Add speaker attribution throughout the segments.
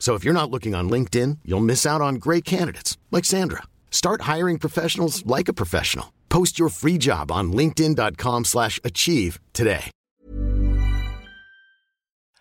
Speaker 1: So if you're not looking on LinkedIn, you'll miss out on great candidates like Sandra. Start hiring professionals like a professional. Post your free job on linkedin.com/achieve today.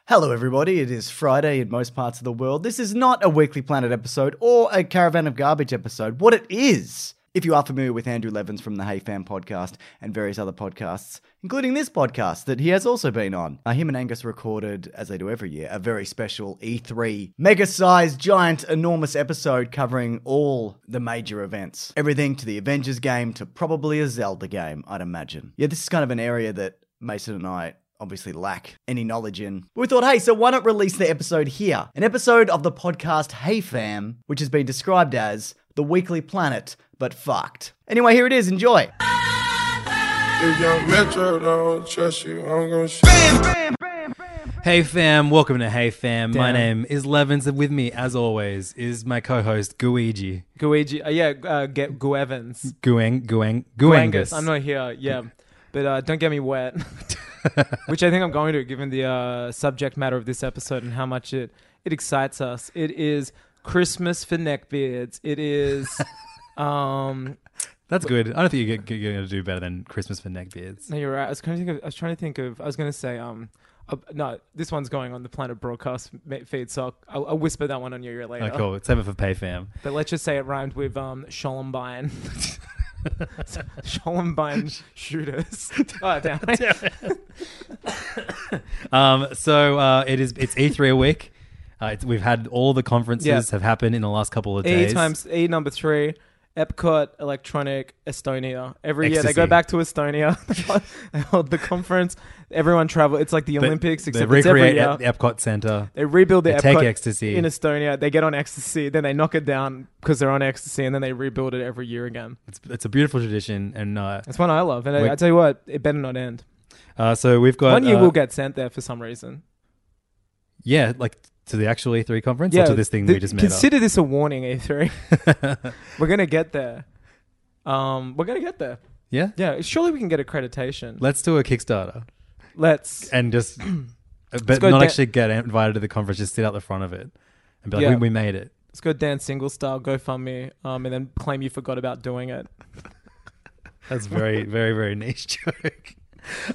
Speaker 2: Hello, everybody. It is Friday in most parts of the world. This is not a Weekly Planet episode or a Caravan of Garbage episode. What it is, if you are familiar with Andrew Levins from the Hey Fam podcast and various other podcasts, including this podcast that he has also been on, uh, him and Angus recorded, as they do every year, a very special E3 mega sized, giant, enormous episode covering all the major events. Everything to the Avengers game to probably a Zelda game, I'd imagine. Yeah, this is kind of an area that Mason and I obviously lack any knowledge in. But we thought, hey, so why not release the episode here? An episode of the podcast Hey Fam, which has been described as the weekly planet, but fucked. Anyway, here it is. Enjoy.
Speaker 3: If young Metro don't trust you, I'm gonna shoot.
Speaker 4: Hey fam, welcome to Hey Fam. My
Speaker 2: Damn.
Speaker 4: name is Levins, and with me, as always, is my co-host Guiji
Speaker 5: Guiji, uh, yeah, uh, get Gu Evans.
Speaker 4: Guang Guang Guangus.
Speaker 5: I'm not here, yeah, but uh, don't get me wet, which I think I'm going to, given the uh, subject matter of this episode and how much it it excites us. It is Christmas for neckbeards. It is. Um,
Speaker 4: That's good. I don't think you're, g- you're going to do better than Christmas for neckbeards.
Speaker 5: no, you're right. I was trying to think of. I was trying to think of. I was going to say. Um, uh, no, this one's going on the Planet Broadcast ma- feed, so I'll, I'll whisper that one on your ear later.
Speaker 4: Oh, cool. Save it for pay fam.
Speaker 5: But let's just say it rhymed with um, Schollenbein. Schollenbein shooters. Oh, damn.
Speaker 4: Um, so uh, it is. It's E3 a week. Uh, it's, we've had all the conferences
Speaker 5: Yeah.
Speaker 4: have happened in the last couple of
Speaker 5: E
Speaker 4: days.
Speaker 5: times E number three. Epcot, Electronic, Estonia. Every year they
Speaker 4: Ecstasy.
Speaker 5: go back to Estonia. they hold the conference. Everyone travel. It's like the
Speaker 4: But
Speaker 5: Olympics,
Speaker 4: they
Speaker 5: except it's every
Speaker 4: recreate
Speaker 5: year.
Speaker 4: at the Epcot Center.
Speaker 5: they rebuild the
Speaker 4: they
Speaker 5: Epcot
Speaker 4: take ecstasy.
Speaker 5: in Estonia. They get on ecstasy, then they knock it down because they're on ecstasy, and then they rebuild it every year again.
Speaker 4: It's, it's a beautiful tradition, and uh,
Speaker 5: That's one I love, and
Speaker 4: Wait.
Speaker 5: I, I tell you what, it better not end.
Speaker 4: uh, so we've got
Speaker 5: one year
Speaker 4: uh,
Speaker 5: we'll get sent there for some reason.
Speaker 4: yeah, like to the actual E3 conference or to this thing we
Speaker 5: th-
Speaker 4: just made up.
Speaker 5: Consider this a warning, E3. we're gonna get there. Um, we're gonna get there.
Speaker 4: Yeah,
Speaker 5: Yeah, surely we can get accreditation.
Speaker 4: let's do a Kickstarter.
Speaker 5: Let's.
Speaker 4: and just uh, but
Speaker 5: go
Speaker 4: not
Speaker 5: da-
Speaker 4: actually get invited to the conference just sit out the front of it and be like
Speaker 5: Yeah.
Speaker 4: we, we made it
Speaker 5: Let's go Dan Single style, GoFundMe, um, and then claim you forgot about doing it.
Speaker 4: that's very very very niche joke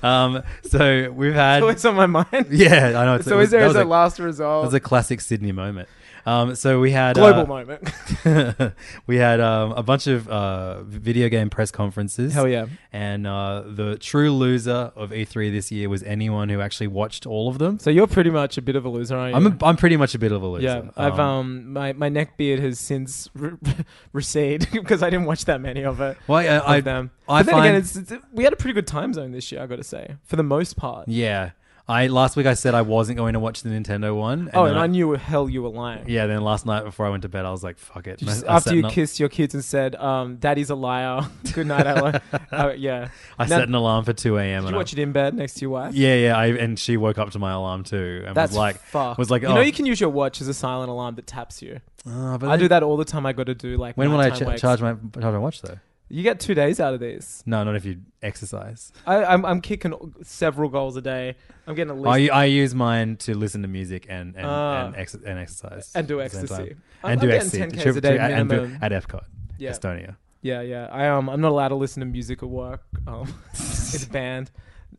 Speaker 4: um so we've had
Speaker 5: Always on my mind.
Speaker 4: yeah i know it's,
Speaker 5: So is there
Speaker 4: that
Speaker 5: as
Speaker 4: was a-
Speaker 5: a last
Speaker 4: that
Speaker 5: result?
Speaker 4: was a classic sydney moment um so we had
Speaker 5: global
Speaker 4: uh,
Speaker 5: moment.
Speaker 4: we had um, a bunch of uh, video game press conferences.
Speaker 5: Hell yeah.
Speaker 4: And uh, the true loser of E3 this year was anyone who actually watched all of them.
Speaker 5: so you're pretty much a bit of a loser, aren't you?
Speaker 4: I'm, a, I'm pretty much a bit of a loser.
Speaker 5: yeah, I've um my, my neck beard has since re- receded because I didn't watch that many of it.
Speaker 4: Well, yeah,
Speaker 5: of
Speaker 4: I-
Speaker 5: them.
Speaker 4: I
Speaker 5: but then
Speaker 4: find-
Speaker 5: again, it's, it's, we had a pretty good time zone this year. I got to say, for the most part.
Speaker 4: Yeah. I last week I said I wasn't going to watch the Nintendo one. And
Speaker 5: oh,
Speaker 4: then
Speaker 5: and I, knew hell you were lying.
Speaker 4: Yeah, then last night before I went to bed, I was like, "Fuck it." And I-
Speaker 5: Just
Speaker 4: I
Speaker 5: after
Speaker 4: sat
Speaker 5: you
Speaker 4: in a-
Speaker 5: kissed your kids and said, um, "Daddy's a liar." Good night, Ella. uh, yeah.
Speaker 4: I
Speaker 5: Now-
Speaker 4: set an alarm for two a.m.
Speaker 5: Did
Speaker 4: and
Speaker 5: you
Speaker 4: I-
Speaker 5: watch it in bed next to your wife?
Speaker 4: yeah, yeah, I, and she woke up to my alarm too, and
Speaker 5: That's
Speaker 4: was like,
Speaker 5: fuck.
Speaker 4: was like,
Speaker 5: you
Speaker 4: oh,
Speaker 5: know, you can use your watch as a silent alarm that taps you.
Speaker 4: Oh, but
Speaker 5: I do
Speaker 4: then-
Speaker 5: that all the time. I got to do like
Speaker 4: When will I
Speaker 5: nighttime
Speaker 4: ch-
Speaker 5: wakes.
Speaker 4: charge my charge my watch though?
Speaker 5: You get two days out of these.
Speaker 4: No, not if you exercise.
Speaker 5: I, I'm I'm kicking several goals a day. I'm getting at least.
Speaker 4: I, I use mine to listen to music and and,
Speaker 5: Ah.
Speaker 4: and, ex- and exercise
Speaker 5: And do
Speaker 4: at the same
Speaker 5: ecstasy.
Speaker 4: time.
Speaker 5: I'm-
Speaker 4: and
Speaker 5: I'm
Speaker 4: do
Speaker 5: getting
Speaker 4: ecstasy
Speaker 5: 10Ks
Speaker 4: Trip-
Speaker 5: a day
Speaker 4: trip- and do-
Speaker 5: minimum.
Speaker 4: at Epcot,
Speaker 5: Yeah.
Speaker 4: Estonia.
Speaker 5: yeah, yeah. I um I'm not allowed to listen to music at work. Um, it's banned.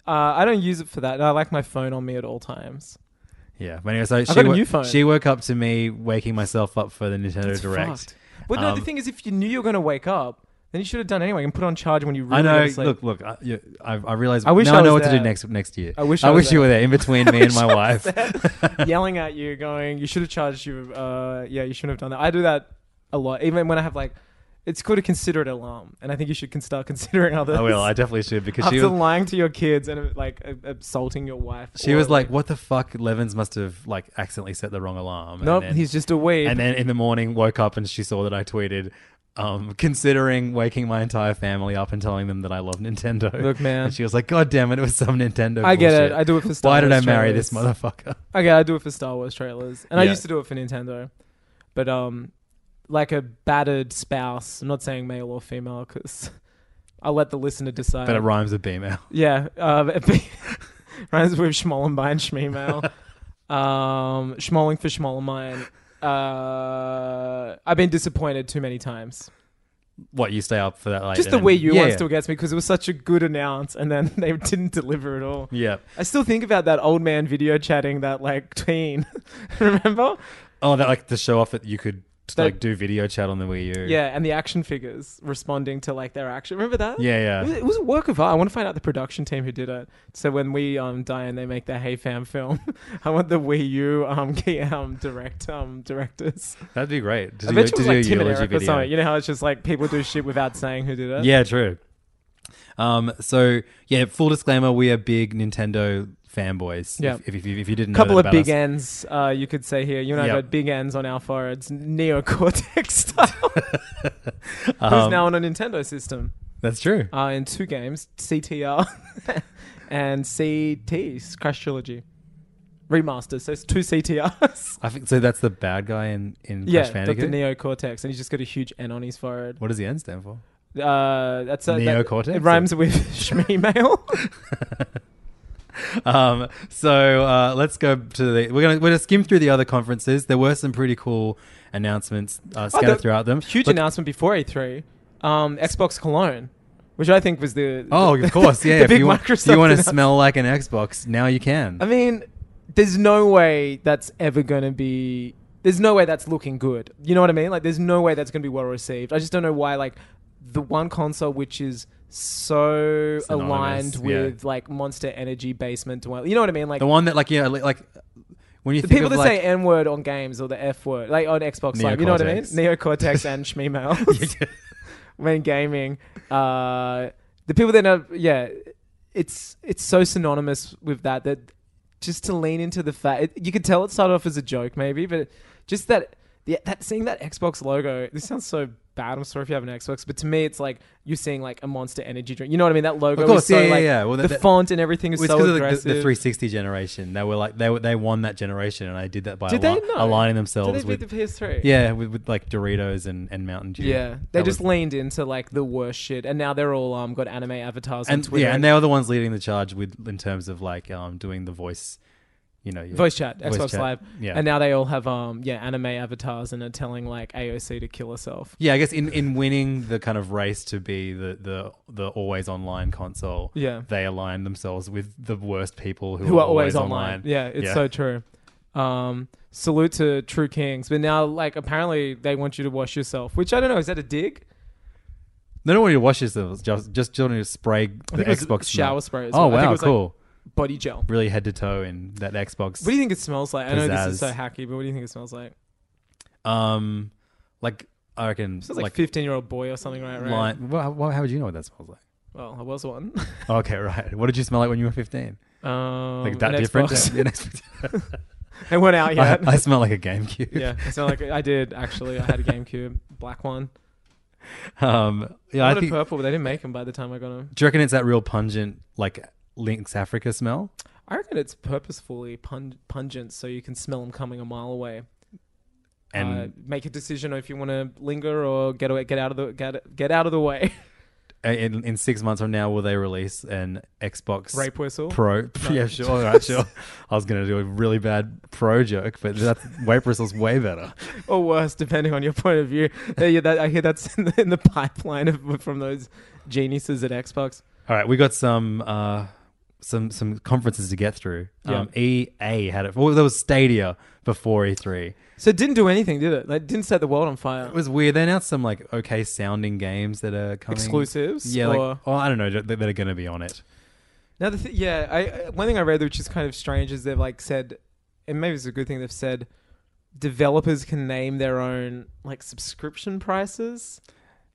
Speaker 5: Uh, I don't use it for that. I like my phone on me at all times.
Speaker 4: Yeah. But anyway, so she,
Speaker 5: got a
Speaker 4: wo-
Speaker 5: new phone.
Speaker 4: she woke up to me waking myself up for the Nintendo
Speaker 5: It's
Speaker 4: Direct.
Speaker 5: fucked. But no, the
Speaker 4: Um,
Speaker 5: thing is, if you knew you were going to wake up, then you should have done it anyway and put on charge when you really
Speaker 4: I
Speaker 5: go
Speaker 4: know.
Speaker 5: to sleep.
Speaker 4: Look, look. I, you- I, I realize.
Speaker 5: I wish
Speaker 4: now
Speaker 5: I
Speaker 4: I know
Speaker 5: was
Speaker 4: what to do
Speaker 5: there.
Speaker 4: next next year.
Speaker 5: I wish
Speaker 4: I,
Speaker 5: I was
Speaker 4: wish you were there in between me and my wife.
Speaker 5: yelling at you, going, "You should have charged you." Uh, yeah, you shouldn't have done that. I do that a lot, even when I have like, it's called a considerate alarm, and I think you should can start considering others.
Speaker 4: I will. I definitely should because
Speaker 5: after
Speaker 4: she was,
Speaker 5: lying to your kids and uh, like uh, assaulting your wife.
Speaker 4: she
Speaker 5: or-
Speaker 4: was like, "What the fuck?" Levens must have like accidentally set the wrong alarm. and
Speaker 5: "Nope,
Speaker 4: then-
Speaker 5: he's just a weeb."
Speaker 4: "Oh, And then in the morning, woke up and she saw that I tweeted, um, considering waking my entire family up and telling them that I love Nintendo.
Speaker 5: Look, man.
Speaker 4: And she was like, "God damn it, it was some Nintendo."
Speaker 5: I get it.
Speaker 4: bullshit.
Speaker 5: I do it for Star
Speaker 4: Why did I
Speaker 5: Wars
Speaker 4: marry this
Speaker 5: trailers."
Speaker 4: motherfucker?
Speaker 5: okay, I do it for Star Wars trailers, and I
Speaker 4: Yeah.
Speaker 5: used to do it for Nintendo, but um, like a battered spouse. I'm not saying male or female because I'll let the listener decide.
Speaker 4: But it rhymes with B-mail.
Speaker 5: Yeah, uh, but- rhymes with Schmollenbein Schmeemail. um, Schmolling for Schmollenbein. Uh, I've been disappointed too many times.
Speaker 4: What you stay up for that late?
Speaker 5: Just the
Speaker 4: and
Speaker 5: Wii
Speaker 4: then-
Speaker 5: U
Speaker 4: yeah,
Speaker 5: one
Speaker 4: yeah.
Speaker 5: still gets me because it was such a good announce, and then they didn't deliver at all.
Speaker 4: Yeah.
Speaker 5: I still think about that old man video chatting that like tween. Remember?
Speaker 4: Oh, that like to show off that you could
Speaker 5: That-
Speaker 4: like do video chat on the Wii U.
Speaker 5: Yeah, and the action figures responding to like their action. Remember that?
Speaker 4: Yeah,
Speaker 5: It
Speaker 4: yeah.
Speaker 5: was, it was a work of art. I want to find out the production team who did it. So when we um, die and they make their Hey Fam film, I want the Wii U um, key, um, direct um, directors.
Speaker 4: That'd be great. To
Speaker 5: I
Speaker 4: do,
Speaker 5: bet it
Speaker 4: to
Speaker 5: was
Speaker 4: do a
Speaker 5: like Tim and
Speaker 4: eulogy
Speaker 5: Eric or
Speaker 4: video.
Speaker 5: something. You know how it's just like people do shit without saying who did it.
Speaker 4: Yeah, true. Um, so yeah, full disclaimer: we are big Nintendo fanboys.
Speaker 5: Yeah.
Speaker 4: If, if, if, if you didn't,
Speaker 5: A couple
Speaker 4: know
Speaker 5: of
Speaker 4: that
Speaker 5: big
Speaker 4: about us.
Speaker 5: ends, uh, you could say here. You know,
Speaker 4: Yeah.
Speaker 5: I got big ends on our foreheads, neocortex style.
Speaker 4: Um,
Speaker 5: Who's now on a Nintendo system
Speaker 4: That's true.
Speaker 5: uh, in two games, CTR and CT's Crash Trilogy Remaster. So it's two CTRs.
Speaker 4: I think so. That's the bad guy in in
Speaker 5: Yeah,
Speaker 4: Crash
Speaker 5: Dr.
Speaker 4: Bandicoot.
Speaker 5: Neocortex, and he's just got a huge N on his forehead.
Speaker 4: what does the N stand for?
Speaker 5: Uh, that's a,
Speaker 4: Neocortex?
Speaker 5: That, it rhymes with Schmeemail.
Speaker 4: Um, so uh, let's go to the. We're gonna we're gonna skim through the other conferences. There were some pretty cool announcements uh, scattered
Speaker 5: the-
Speaker 4: throughout them.
Speaker 5: huge
Speaker 4: Look-
Speaker 5: announcement before A3. Um, Xbox Cologne, which I think was the
Speaker 4: Oh,
Speaker 5: the-
Speaker 4: of course, yeah.
Speaker 5: the
Speaker 4: if
Speaker 5: big
Speaker 4: you want,
Speaker 5: Microsoft.
Speaker 4: you want to
Speaker 5: announcement.
Speaker 4: smell like an Xbox, now you can.
Speaker 5: I mean, there's no way that's ever going to be. There's no way that's looking good. You know what I mean? Like, there's no way that's going to be well received. I just don't know why, like, the one console which is so
Speaker 4: Synonymous,
Speaker 5: aligned
Speaker 4: yeah.
Speaker 5: with, like, Monster Energy Basement Dwell. You know what I mean? Like,
Speaker 4: the one that like yeah li- like when you
Speaker 5: The
Speaker 4: think
Speaker 5: people
Speaker 4: of,
Speaker 5: that
Speaker 4: like,
Speaker 5: say N word on games or the F word, like on Xbox Live, you know what I mean? Neocortex and Schmeemail when gaming. Uh, the people that know, yeah, it's it's so synonymous with that that just to lean into the fact, it, you could tell it started off as a joke maybe, but just that, yeah, that seeing that Xbox logo, this sounds so bad. I'm sorry if you have an Xbox, but to me, it's like you're seeing like a Monster Energy drink. You know what I mean? That logo
Speaker 4: Of course,
Speaker 5: is so
Speaker 4: yeah, yeah,
Speaker 5: like
Speaker 4: yeah. Well,
Speaker 5: the,
Speaker 4: that- that-
Speaker 5: font and everything is
Speaker 4: It's
Speaker 5: so
Speaker 4: because
Speaker 5: aggressive.
Speaker 4: of the, the 360 generation. They were like they were- they won that generation, and I did that by
Speaker 5: Did
Speaker 4: ali-
Speaker 5: they know?
Speaker 4: aligning
Speaker 5: Did they
Speaker 4: themselves
Speaker 5: beat
Speaker 4: with
Speaker 5: the PS3?
Speaker 4: yeah with, with like Doritos and, and Mountain Dew.
Speaker 5: Yeah, they
Speaker 4: That
Speaker 5: just
Speaker 4: was-
Speaker 5: leaned into like the worst shit, and now they're all um got anime avatars on
Speaker 4: and
Speaker 5: Twitter.
Speaker 4: yeah, and they were the ones leading the charge with in terms of like um doing the voice, you know, your-
Speaker 5: voice chat, Xbox
Speaker 4: chat.
Speaker 5: Live,
Speaker 4: Yeah,
Speaker 5: and now they all have um yeah anime avatars and are telling like AOC to kill herself.
Speaker 4: yeah, I guess in, in winning the kind of race to be the the the always online console,
Speaker 5: Yeah.
Speaker 4: they align themselves with the worst people who,
Speaker 5: who are always online.
Speaker 4: online.
Speaker 5: Yeah, it's so true. Um, salute to True Kings, but now like apparently they want you to wash yourself, which I don't know. Is that a dig?
Speaker 4: They don't want you to wash yourselves. Just just don't want you to spray the
Speaker 5: think it was
Speaker 4: Xbox
Speaker 5: shower
Speaker 4: smell.
Speaker 5: spray as
Speaker 4: Oh
Speaker 5: well. I think it
Speaker 4: wow,
Speaker 5: was, like,
Speaker 4: cool.
Speaker 5: Body gel.
Speaker 4: really head to toe in that Xbox.
Speaker 5: What do you think it smells like? I know this is so
Speaker 4: Pizzazz.
Speaker 5: hacky, but what do you think it smells like?
Speaker 4: um, like I reckon,
Speaker 5: It smells like
Speaker 4: like,
Speaker 5: fifteen year old boy or something, right? Right.
Speaker 4: lime. Well, how, well, how would you know what that smells like?
Speaker 5: Well, I was one.
Speaker 4: Okay, right. What did you smell like when you were fifteen?
Speaker 5: Um,
Speaker 4: Like that
Speaker 5: an
Speaker 4: different?
Speaker 5: Xbox.
Speaker 4: Yeah, an Xbox.
Speaker 5: They weren't out
Speaker 4: I,
Speaker 5: yet.
Speaker 4: I smell like a GameCube.
Speaker 5: yeah, I sound like I did actually. I had a GameCube, black one.
Speaker 4: Um, yeah,
Speaker 5: I
Speaker 4: I
Speaker 5: had a
Speaker 4: think. Do
Speaker 5: purple, but they didn't make them by the time I got them.
Speaker 4: you reckon it's that real pungent, like Lynx Africa smell?
Speaker 5: I reckon it's purposefully pun- pungent so you can smell them coming a mile away
Speaker 4: And
Speaker 5: uh, make a decision if you want to linger or get away, get out of the get, get out of the way. Uh,
Speaker 4: uh, in, in six months from now, will they release an Xbox
Speaker 5: Rape whistle.
Speaker 4: Pro? Yeah, sure. All right, sure. I was gonna do a really bad pro joke, but that's Wape Whistle's way better.
Speaker 5: or worse, depending on your point of view. Uh, yeah, that, I hear that's in the, in the pipeline of, from those geniuses at Xbox.
Speaker 4: All right, we got some uh, some some conferences to get through.
Speaker 5: Yeah.
Speaker 4: Um, EA had it. Well, there was Stadia before E3.
Speaker 5: So it didn't do anything, did it? Like didn't set the world on fire.
Speaker 4: It was weird. They announced some like okay sounding games that are coming
Speaker 5: Exclusives,
Speaker 4: Yeah,
Speaker 5: or-
Speaker 4: like oh, I don't know that, that are going to be on it.
Speaker 5: Now, the th- yeah, I I- one thing I read which is kind of strange is they've like said, and maybe it's a good thing they've said, developers can name their own like subscription prices.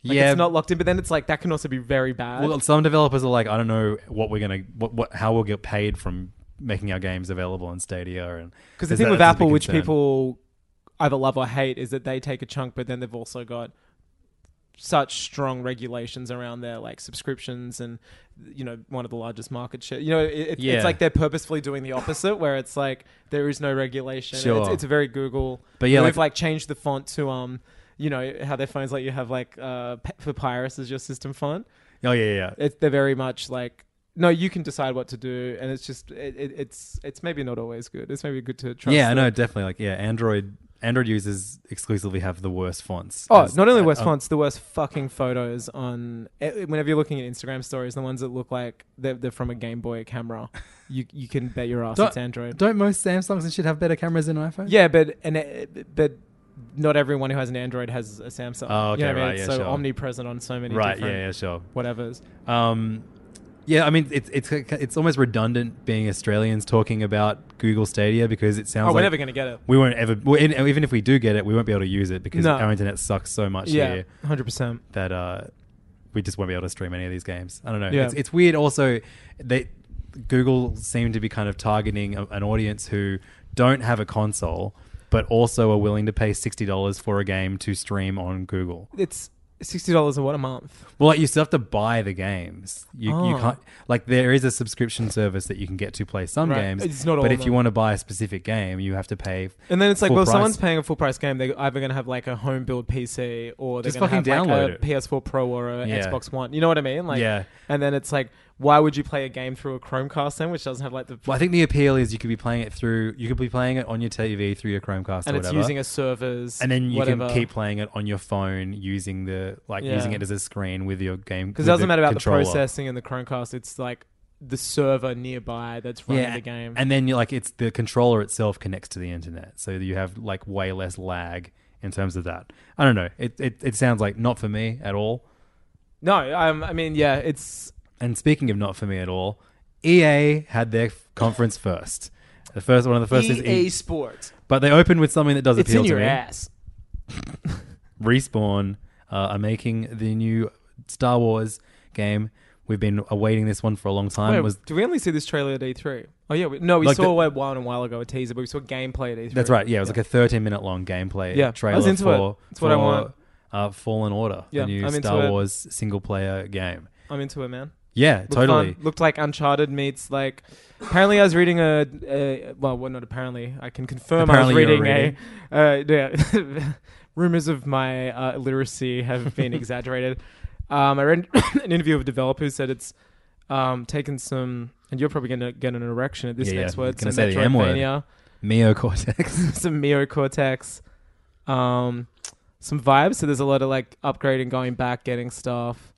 Speaker 5: Like,
Speaker 4: yeah,
Speaker 5: it's not locked in, but then it's like that can also be very bad.
Speaker 4: Well, some developers are like, I don't know what we're gonna, what, what how we'll get paid from making our games available on Stadia, and
Speaker 5: Because the
Speaker 4: is
Speaker 5: thing
Speaker 4: that-
Speaker 5: with
Speaker 4: that's a
Speaker 5: Apple,
Speaker 4: big
Speaker 5: which
Speaker 4: concern.
Speaker 5: people either love or hate, is that they take a chunk, but then they've also got such strong regulations around their like subscriptions and you know one of the largest market share. You know, it, it-
Speaker 4: Yeah.
Speaker 5: it's like they're purposefully doing the opposite, where it's like there is no regulation.
Speaker 4: Sure.
Speaker 5: It's, it's very Google.
Speaker 4: But yeah,
Speaker 5: they've like,
Speaker 4: like-
Speaker 5: changed the font to um. You know how their phones let you have like uh, P- Papyrus as your system font.
Speaker 4: oh yeah, yeah, yeah.
Speaker 5: It, they're very much like no, you can decide what to do, and it's just it, it, it's it's maybe not always good. It's maybe good to trust.
Speaker 4: yeah, I
Speaker 5: the-
Speaker 4: know, definitely. Like, yeah, Android Android users exclusively have the worst fonts.
Speaker 5: Oh,
Speaker 4: As-
Speaker 5: not only worst
Speaker 4: uh,
Speaker 5: fonts, the worst fucking photos on. eh, Whenever you're looking at Instagram stories, the ones that look like they're, they're from a Game Boy camera, you you can bet your ass
Speaker 4: Don't-
Speaker 5: it's Android.
Speaker 4: Don't most Samsungs and shit have better cameras than iPhones?
Speaker 5: Yeah, but and eh, but not everyone who has an Android has a Samsung.
Speaker 4: Oh,
Speaker 5: you
Speaker 4: okay,
Speaker 5: know what I mean?
Speaker 4: right,
Speaker 5: It's
Speaker 4: yeah,
Speaker 5: so
Speaker 4: sure.
Speaker 5: omnipresent on so many
Speaker 4: right. Yeah,
Speaker 5: different
Speaker 4: yeah, sure.
Speaker 5: whatevers.
Speaker 4: Um, yeah, I mean, it's it's it's almost redundant being Australians talking about Google Stadia because it
Speaker 5: Oh,
Speaker 4: sounds
Speaker 5: we're
Speaker 4: like
Speaker 5: never gonna get it.
Speaker 4: we won't ever. we- and Even if we do get it, we won't be able to use it because
Speaker 5: No.
Speaker 4: our internet sucks so much
Speaker 5: Yeah,
Speaker 4: here.
Speaker 5: hundred percent.
Speaker 4: that uh, we just won't be able to stream any of these games. I don't know.
Speaker 5: Yeah.
Speaker 4: It's, it's weird. Also, they Google seem to be kind of targeting a, an audience who don't have a console, but also are willing to pay sixty dollars for a game to stream on Google.
Speaker 5: It's sixty dollars a what a month.
Speaker 4: Well, like you still have to buy the games. You, you
Speaker 5: Oh.
Speaker 4: can't like there is a subscription service that you can get to play some
Speaker 5: Right.
Speaker 4: games.
Speaker 5: It's not all
Speaker 4: but if
Speaker 5: of
Speaker 4: you
Speaker 5: them.
Speaker 4: want to buy a specific game, you have to pay.
Speaker 5: And then it's like,
Speaker 4: full
Speaker 5: well,
Speaker 4: price.
Speaker 5: someone's paying a full price game. They're either going to have like a home build PC or they're
Speaker 4: Just
Speaker 5: going to have
Speaker 4: fucking download
Speaker 5: like a
Speaker 4: it.
Speaker 5: PS4 Pro or a
Speaker 4: Yeah.
Speaker 5: Xbox One. You know what I mean? Like,
Speaker 4: Yeah.
Speaker 5: And then it's like, why would you play a game through a Chromecast then, which doesn't have like the
Speaker 4: Well, I think the appeal is you could be playing it through. You could be playing it on your TV through your Chromecast
Speaker 5: and
Speaker 4: or
Speaker 5: it's
Speaker 4: whatever.
Speaker 5: using a servers
Speaker 4: and then you
Speaker 5: whatever.
Speaker 4: can keep playing it on your phone using the like
Speaker 5: Yeah.
Speaker 4: using it as a screen with your game
Speaker 5: because it doesn't matter about the processing and the Chromecast. It's like the server nearby that's running
Speaker 4: yeah
Speaker 5: the game.
Speaker 4: and then you like it's the controller itself connects to the internet so you have like way less lag in terms of that i don't know it it, it sounds like not for me at all
Speaker 5: no, um, I mean, yeah, it's
Speaker 4: and speaking of not for me at all ea had their f- conference first the first one of the first is
Speaker 5: EA
Speaker 4: e-
Speaker 5: Sports.
Speaker 4: but they opened with something that does
Speaker 5: It's
Speaker 4: appeal
Speaker 5: in
Speaker 4: to
Speaker 5: your
Speaker 4: me
Speaker 5: ass.
Speaker 4: Respawn uh, are making the new Star Wars game. We've been awaiting this one for a long time.
Speaker 5: Wait,
Speaker 4: was
Speaker 5: do we only see this trailer at E3? Oh yeah, we, no, we
Speaker 4: Like
Speaker 5: saw
Speaker 4: the-
Speaker 5: it one a while ago, a teaser, but we saw gameplay at E E3.
Speaker 4: that's right? Yeah, it was like a 13 minute long gameplay
Speaker 5: Yeah, I was
Speaker 4: trailer
Speaker 5: into
Speaker 4: for,
Speaker 5: it. It's what I
Speaker 4: for,
Speaker 5: want.
Speaker 4: Uh, Fallen Order,
Speaker 5: Yeah,
Speaker 4: the new
Speaker 5: I'm into
Speaker 4: Star
Speaker 5: it.
Speaker 4: Wars single player game.
Speaker 5: I'm into it, man.
Speaker 4: Yeah,
Speaker 5: Looked
Speaker 4: totally.
Speaker 5: fun. Looked like Uncharted meets like. Apparently, I was reading a, a well, well, not apparently. I can confirm I
Speaker 4: Apparently
Speaker 5: was
Speaker 4: you were
Speaker 5: reading, a. Uh, yeah, rumors of my uh, illiteracy have been exaggerated. Um, I read an interview of a developer who said it's um, taken some, and you're probably going to get an erection at this
Speaker 4: Yeah, yeah.
Speaker 5: next word.
Speaker 4: Gonna
Speaker 5: Some
Speaker 4: say the M word.
Speaker 5: Metroidvania,
Speaker 4: Mio Cortex.
Speaker 5: some Mio Cortex, um, some vibes. So there's a lot of like upgrading, going back, getting stuff.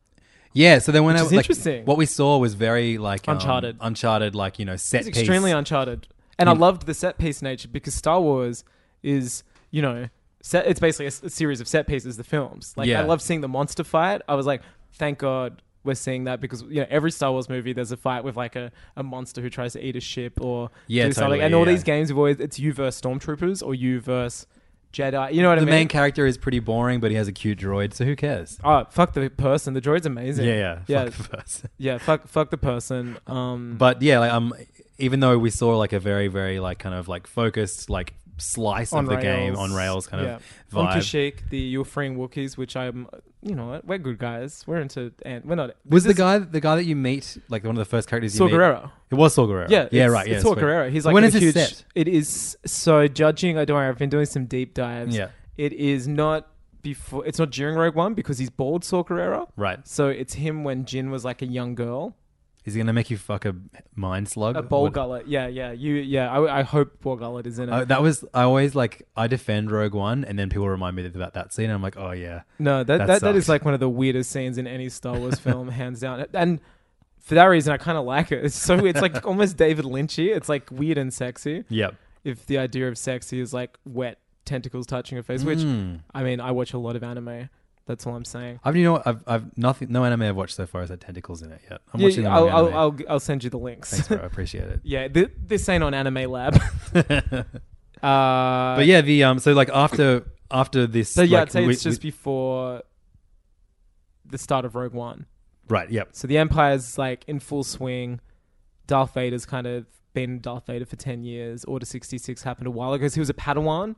Speaker 4: yeah, so then when
Speaker 5: Which
Speaker 4: I
Speaker 5: is
Speaker 4: like,
Speaker 5: interesting.
Speaker 4: what we saw was very like um,
Speaker 5: Uncharted.
Speaker 4: Uncharted, like you know, set
Speaker 5: It's
Speaker 4: piece. Mm.
Speaker 5: extremely uncharted. And I loved the set piece nature because Star Wars is, you know, set, it's basically a, s- a series of set pieces, the films. Like,
Speaker 4: Yeah.
Speaker 5: I love seeing the monster fight. I was like, thank God we're seeing that because, you know, every Star Wars movie, there's a fight with like a, a monster who tries to eat a ship or
Speaker 4: Yeah,
Speaker 5: do something.
Speaker 4: totally,
Speaker 5: And all
Speaker 4: yeah.
Speaker 5: these games have always, it's you versus Stormtroopers or you versus Jedi. You know what
Speaker 4: the
Speaker 5: I mean?
Speaker 4: main character is pretty boring, but he has a cute droid, so who cares?
Speaker 5: Oh fuck the person! The droid's amazing.
Speaker 4: Yeah, yeah,
Speaker 5: yeah,
Speaker 4: Fuck the first.
Speaker 5: yeah. Fuck, fuck the person. Um,
Speaker 4: But yeah, like um, even though we saw like a very, very like kind of like focused like slice of the game on rails kind of
Speaker 5: On
Speaker 4: vibe.
Speaker 5: Kashyyyk, the you were freeing Wookiees, which I'm, you know, what, we're good guys. We're into and we're not.
Speaker 4: Was the guy the guy that you meet like one of the first characters?
Speaker 5: Saw
Speaker 4: you meet?
Speaker 5: Gerrera.
Speaker 4: It was Saw Gerrera.
Speaker 5: Yeah,
Speaker 4: yeah,
Speaker 5: it's-
Speaker 4: right. Yeah,
Speaker 5: it's Saw
Speaker 4: sweet.
Speaker 5: Gerrera. He's like
Speaker 4: when
Speaker 5: in
Speaker 4: is
Speaker 5: a
Speaker 4: this
Speaker 5: huge,
Speaker 4: set?
Speaker 5: It is so judging. I don't worry. I've been doing some deep dives.
Speaker 4: Yeah.
Speaker 5: it is not before. It's not during Rogue One because he's bald, Saw Gerrera.
Speaker 4: Right.
Speaker 5: So it's him when Jin was like a young girl.
Speaker 4: Is he gonna make you fuck a mind slug?
Speaker 5: A bowl
Speaker 4: What-
Speaker 5: gullet. Yeah, yeah. You, yeah. I, I hope bowl gullet is in it.
Speaker 4: Oh, that was I always like I defend Rogue One, and then people remind me about that scene. And I'm like, oh yeah,
Speaker 5: No, that
Speaker 4: That
Speaker 5: that, that is
Speaker 4: sucked.
Speaker 5: like one of the weirdest scenes in any Star Wars film, hands down. And for that reason, I kind of like it. It's so it's like almost David Lynchy. It's like weird and sexy.
Speaker 4: Yep.
Speaker 5: If the idea of sexy is like wet tentacles touching your face, which
Speaker 4: Hmm.
Speaker 5: I mean, I watch a lot of anime. That's all I'm saying.
Speaker 4: I've you know what? I've I've nothing no anime I've watched so far has had tentacles in it yet. I'm watching
Speaker 5: Yeah,
Speaker 4: the
Speaker 5: I'll,
Speaker 4: wrong
Speaker 5: I'll,
Speaker 4: anime.
Speaker 5: I'll I'll send you the links.
Speaker 4: Thanks, bro. I appreciate it.
Speaker 5: yeah, th- this ain't on Anime Lab. uh,
Speaker 4: But yeah, the um, so like after after this,
Speaker 5: so yeah,
Speaker 4: like,
Speaker 5: I'd say
Speaker 4: we-
Speaker 5: it's just
Speaker 4: we-
Speaker 5: before the start of Rogue One.
Speaker 4: right. Yep.
Speaker 5: So the Empire's like in full swing. Darth Vader's kind of been Darth Vader for 10 years. Order 66 happened a while ago because he was a Padawan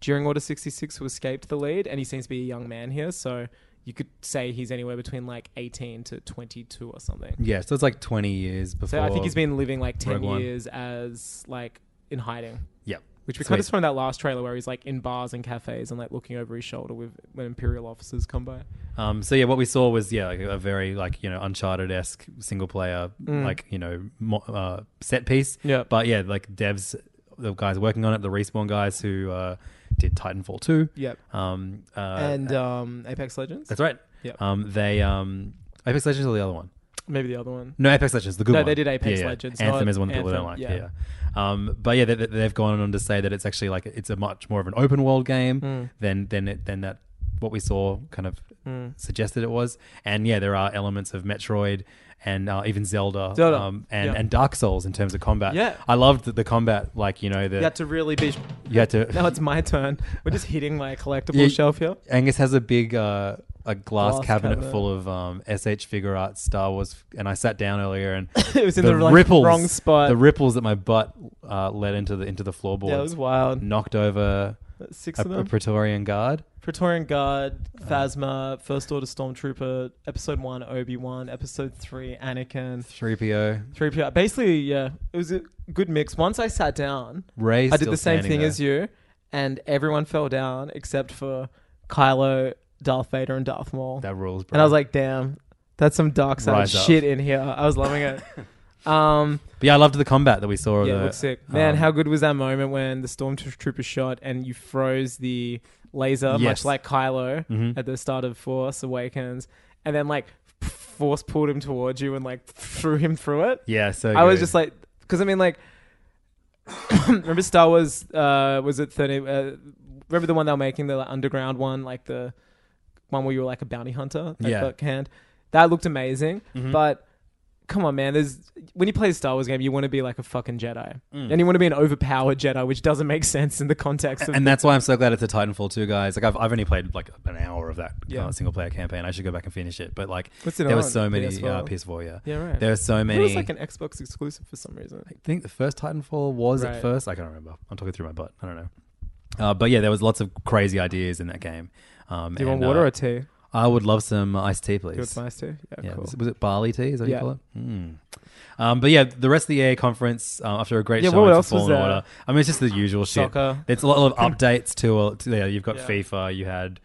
Speaker 5: during Order 66 who escaped the lead, and he seems to be a young man here. So you could say he's anywhere between like 18 to 22 or something.
Speaker 4: Yeah. So it's like twenty years before.
Speaker 5: So I think he's been living like 10
Speaker 4: Rogue One.
Speaker 5: years as like in hiding.
Speaker 4: Yep.
Speaker 5: Which we kind of
Speaker 4: Sweet.
Speaker 5: saw in that last trailer where he's like in bars and cafes and like looking over his shoulder with when Imperial officers come by.
Speaker 4: Um, so yeah, what we saw was yeah, like a very like you know Uncharted esque single player like you know mo- uh, set piece.
Speaker 5: Mm. Yeah.
Speaker 4: But yeah, like devs, the guys working on it, the respawn guys who uh, did Titanfall two.
Speaker 5: Yep.
Speaker 4: Um. Uh,
Speaker 5: and um, Apex Legends?
Speaker 4: that's right.
Speaker 5: Yep.
Speaker 4: Um. They um. Apex Legends or the other one.
Speaker 5: Maybe the other one.
Speaker 4: No, Apex Legends, the good
Speaker 5: No,
Speaker 4: one.
Speaker 5: they did Apex
Speaker 4: Yeah, yeah.
Speaker 5: Legends,
Speaker 4: Anthem
Speaker 5: not
Speaker 4: is one that people don't like.
Speaker 5: Anthem,
Speaker 4: Yeah. Um, but yeah, they, they- they've gone on to say that it's actually like it's a much more of an open world game
Speaker 5: Hmm.
Speaker 4: than than it, than that what we saw kind of
Speaker 5: Hmm.
Speaker 4: suggested it was. And yeah, there are elements of Metroid and uh, even Zelda,
Speaker 5: Zelda,
Speaker 4: Um, and
Speaker 5: yeah.
Speaker 4: and Dark Souls in terms of combat.
Speaker 5: Yeah.
Speaker 4: I loved the, the combat. Like you know the
Speaker 5: You had to really be
Speaker 4: you had to.
Speaker 5: Now it's my turn. We're just hitting my collectible
Speaker 4: Yeah.
Speaker 5: shelf here.
Speaker 4: Angus has a big uh, a glass,
Speaker 5: Glass
Speaker 4: cabinet,
Speaker 5: cabinet.
Speaker 4: full of um, SH figure art Star Wars, and I sat down earlier and
Speaker 5: It was in the, like, wrong spot.
Speaker 4: The ripples that my butt uh, led into the into the floorboards
Speaker 5: yeah, it was wild.
Speaker 4: knocked over
Speaker 5: Six
Speaker 4: a,
Speaker 5: of
Speaker 4: a
Speaker 5: them.
Speaker 4: Praetorian guard.
Speaker 5: Praetorian Guard, Phasma, First Order Stormtrooper, Episode One Obi Wan, Episode Three Anakin,
Speaker 4: Three PO.
Speaker 5: Three PO. Basically, yeah, it was a good mix. Once I sat down,
Speaker 4: Ray.
Speaker 5: I did the same thing as you, and everyone fell down except for Kylo, Darth Vader, and Darth Maul.
Speaker 4: That rules, bro.
Speaker 5: and I was like, damn, that's some dark side
Speaker 4: Rise up.
Speaker 5: shit in here. I was loving it. um.
Speaker 4: but yeah, I loved the combat that we saw.
Speaker 5: Yeah,
Speaker 4: the,
Speaker 5: it looks sick. Man,
Speaker 4: um,
Speaker 5: how good was that moment when the stormtrooper shot and you froze the laser,
Speaker 4: Yes.
Speaker 5: much like Kylo
Speaker 4: Mhm.
Speaker 5: at the start of Force Awakens, and then like f- force pulled him towards you and like threw him through it.
Speaker 4: Yeah, so
Speaker 5: I was
Speaker 4: good.
Speaker 5: just like, because I mean, like, remember Star Wars? Uh, was it thirty? Uh, remember the one they were making the like, underground one, like the one where you were like a bounty hunter at
Speaker 4: Yeah. Mm-hmm.
Speaker 5: Buck Hand? That looked amazing, but. Come on, man. There's when you play a Star Wars game, you want to be like a fucking Jedi,
Speaker 4: Mm.
Speaker 5: and you want to be an overpowered Jedi, which doesn't make sense in the context of.
Speaker 4: and that's why I'm so glad it's a Titanfall 2, guys. Like I've, I've only played like an hour of that
Speaker 5: Yeah.
Speaker 4: uh, single player campaign. I should go back and finish it. But like
Speaker 5: What's it
Speaker 4: there were
Speaker 5: on?
Speaker 4: so many
Speaker 5: PS4?
Speaker 4: Uh, PS4, yeah.
Speaker 5: yeah, right.
Speaker 4: There were so
Speaker 5: I thought
Speaker 4: many.
Speaker 5: it was like an Xbox exclusive for some reason.
Speaker 4: I think the first Titanfall was at
Speaker 5: Right.
Speaker 4: first. I can't remember. I'm talking through my butt. I don't know. Uh, but yeah, there was lots of crazy ideas in that game. Um,
Speaker 5: Do you want
Speaker 4: and,
Speaker 5: water
Speaker 4: uh,
Speaker 5: or tea? Do
Speaker 4: I would love some iced tea, please.
Speaker 5: you want some ice tea? Yeah,
Speaker 4: yeah,
Speaker 5: cool.
Speaker 4: was, was it barley tea? Is that what
Speaker 5: Yeah.
Speaker 4: you call it? Hmm. Um, but yeah, the rest of the EA conference uh, after a great
Speaker 5: Yeah,
Speaker 4: show
Speaker 5: what
Speaker 4: for
Speaker 5: else was
Speaker 4: Fallen
Speaker 5: there?
Speaker 4: Order. I mean, it's just the usual
Speaker 5: Soccer.
Speaker 4: shit. It's a lot of updates to. Uh, to yeah, you've got
Speaker 5: Yeah.
Speaker 4: FIFA. You had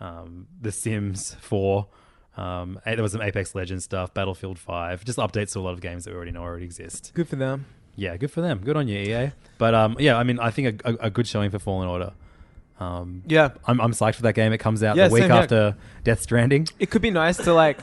Speaker 4: um, The Sims Four. Um, eh, there was some Apex Legends stuff, Battlefield Five. Just updates to a lot of games that we already know already exist.
Speaker 5: Good for them.
Speaker 4: Yeah, good for them. Good on you, EA. But um, yeah, I mean, I think a, a, a good showing for Fallen Order. Um,
Speaker 5: Yeah,
Speaker 4: I'm, I'm psyched for that game. It comes out
Speaker 5: Yeah,
Speaker 4: the week
Speaker 5: same here.
Speaker 4: after Death Stranding.
Speaker 5: it could be nice to like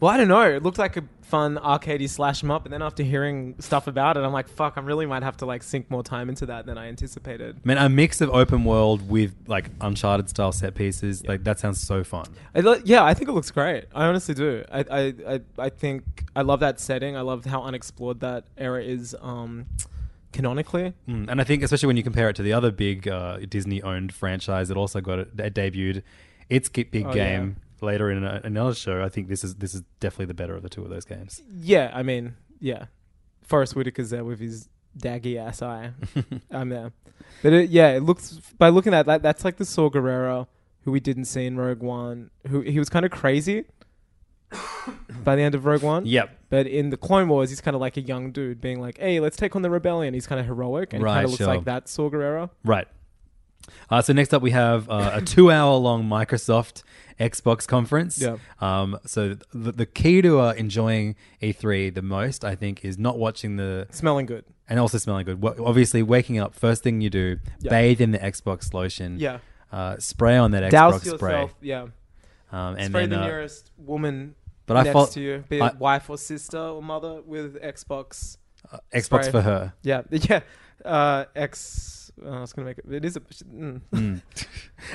Speaker 5: well i don't know it looked like a fun arcadey slash 'em up and then after hearing stuff about it i'm like fuck i really might have to like sink more time into that than i anticipated
Speaker 4: Man, a mix of open world with like Uncharted style set pieces. Like that sounds so fun.
Speaker 5: I lo- yeah i think it looks great i honestly do I, I i i think i love that setting i love how unexplored that era is um canonically
Speaker 4: Mm, And I think especially when you compare it to the other big uh, Disney-owned franchise that also got it, that debuted its ki- big
Speaker 5: Oh,
Speaker 4: game later in a, another show. I think this is this is definitely the better of the two of those games.
Speaker 5: yeah i mean yeah forrest whitaker's there with his daggy ass eye i'm there but it, yeah it looks by looking at that that's like the saw guerrero who we didn't see in rogue one who he was kind of crazy by the end of rogue one
Speaker 4: Yep.
Speaker 5: but in the clone wars he's kind of like a young dude being like hey let's take on the rebellion he's kind of heroic and
Speaker 4: Right,
Speaker 5: he kind of looks
Speaker 4: sure.
Speaker 5: like that saw guerrero
Speaker 4: Right. Uh, so next up, we have uh, a two-hour-long Microsoft Xbox conference.
Speaker 5: Yep.
Speaker 4: Um, so the, the key to uh, enjoying E3 the most, I think, is not watching the
Speaker 5: smelling good
Speaker 4: and also smelling good. Wa- Obviously, waking up first thing you do,
Speaker 5: Yeah.
Speaker 4: bathe in the Xbox lotion.
Speaker 5: yeah
Speaker 4: Uh, spray on that Xbox
Speaker 5: douse
Speaker 4: spray.
Speaker 5: yourself yeah
Speaker 4: Um, and
Speaker 5: spray
Speaker 4: then
Speaker 5: the
Speaker 4: uh,
Speaker 5: nearest woman
Speaker 4: But I
Speaker 5: next
Speaker 4: felt
Speaker 5: to you, be it
Speaker 4: I-
Speaker 5: wife or sister or mother with Xbox.
Speaker 4: uh, Xbox
Speaker 5: Spray.
Speaker 4: for her.
Speaker 5: Yeah, yeah. Uh, X. oh, I was gonna make it. It is a. Mm.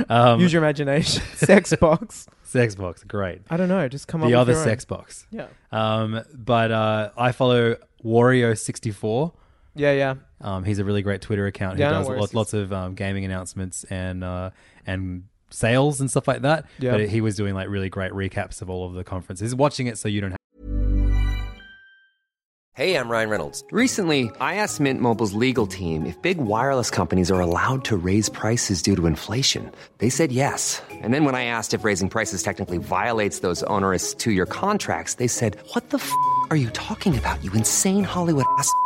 Speaker 4: Um,
Speaker 5: Use your imagination. sex box.
Speaker 4: sex box, great.
Speaker 5: I don't know. Just come up
Speaker 4: The
Speaker 5: with
Speaker 4: other
Speaker 5: your own.
Speaker 4: sex box.
Speaker 5: Yeah.
Speaker 4: Um, but uh, I follow Wario64.
Speaker 5: Yeah, yeah.
Speaker 4: Um, he's a really great Twitter account who
Speaker 5: Yeah, I know
Speaker 4: does
Speaker 5: Wario
Speaker 4: lots,
Speaker 5: 64.
Speaker 4: lots of um, gaming announcements and uh, and sales and stuff like that.
Speaker 5: Yeah.
Speaker 4: But he was doing like really great recaps of all of the conferences. Watching it so you don't
Speaker 6: Hey, I'm Ryan Reynolds. Recently, I asked Mint Mobile's legal team if big wireless companies are allowed to raise prices due to inflation. They said yes. And then when I asked if raising prices technically violates those onerous two year contracts, they said, What the f are you talking about, you insane Hollywood ass? f-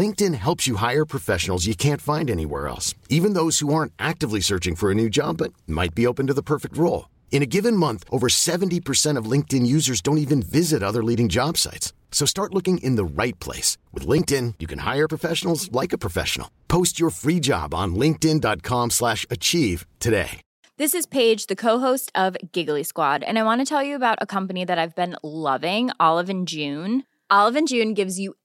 Speaker 1: LinkedIn helps you hire professionals you can't find anywhere else, even those who aren't actively searching for a new job but might be open to the perfect role. In a given month, over 70% of LinkedIn users don't even visit other leading job sites. So start looking in the right place. With LinkedIn, you can hire professionals like a professional. Post your free job on linkedin.com/achieve slash achieve today.
Speaker 7: This is Paige, the co-host of Giggly Squad, and I want to tell you about a company that I've been loving, Olive and June. Olive and June gives you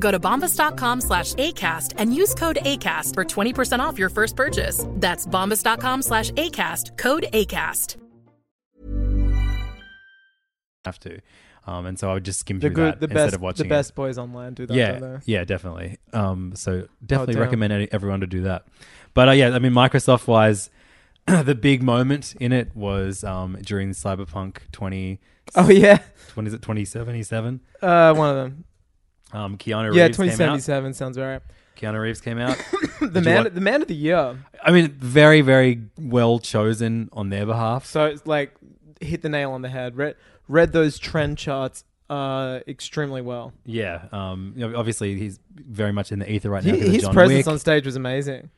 Speaker 8: Go to bombas.com slash ACAST and use code ACAST for 20% off your first purchase. That's bombas.com slash ACAST, code ACAST.
Speaker 4: have to. Um, and so I would just skim
Speaker 5: The
Speaker 4: through that
Speaker 5: good, the
Speaker 4: instead
Speaker 5: best,
Speaker 4: of watching
Speaker 5: the
Speaker 4: it.
Speaker 5: best boys online do that.
Speaker 4: yeah,
Speaker 5: Don't they?
Speaker 4: yeah, definitely. Um, so definitely
Speaker 5: Oh, damn.
Speaker 4: recommend any- everyone to do that. But uh, yeah, I mean, Microsoft wise, the big moment in it was um, during Cyberpunk 20,
Speaker 5: Oh yeah.
Speaker 4: when is it 2077?
Speaker 5: Uh, one of them.
Speaker 4: Um, Keanu
Speaker 5: yeah,
Speaker 4: Reeves came out.
Speaker 5: 2077 sounds right.
Speaker 4: Keanu Reeves came out.
Speaker 5: The man, the man of the year.
Speaker 4: I mean, very, very well chosen on their behalf.
Speaker 5: So it's like hit the nail on the head. Read read those trend charts uh extremely well.
Speaker 4: Yeah. Um, you know, obviously, he's very much in the ether right now.
Speaker 5: He,
Speaker 4: because of
Speaker 5: his
Speaker 4: John
Speaker 5: presence
Speaker 4: Wick.
Speaker 5: on E stage was amazing.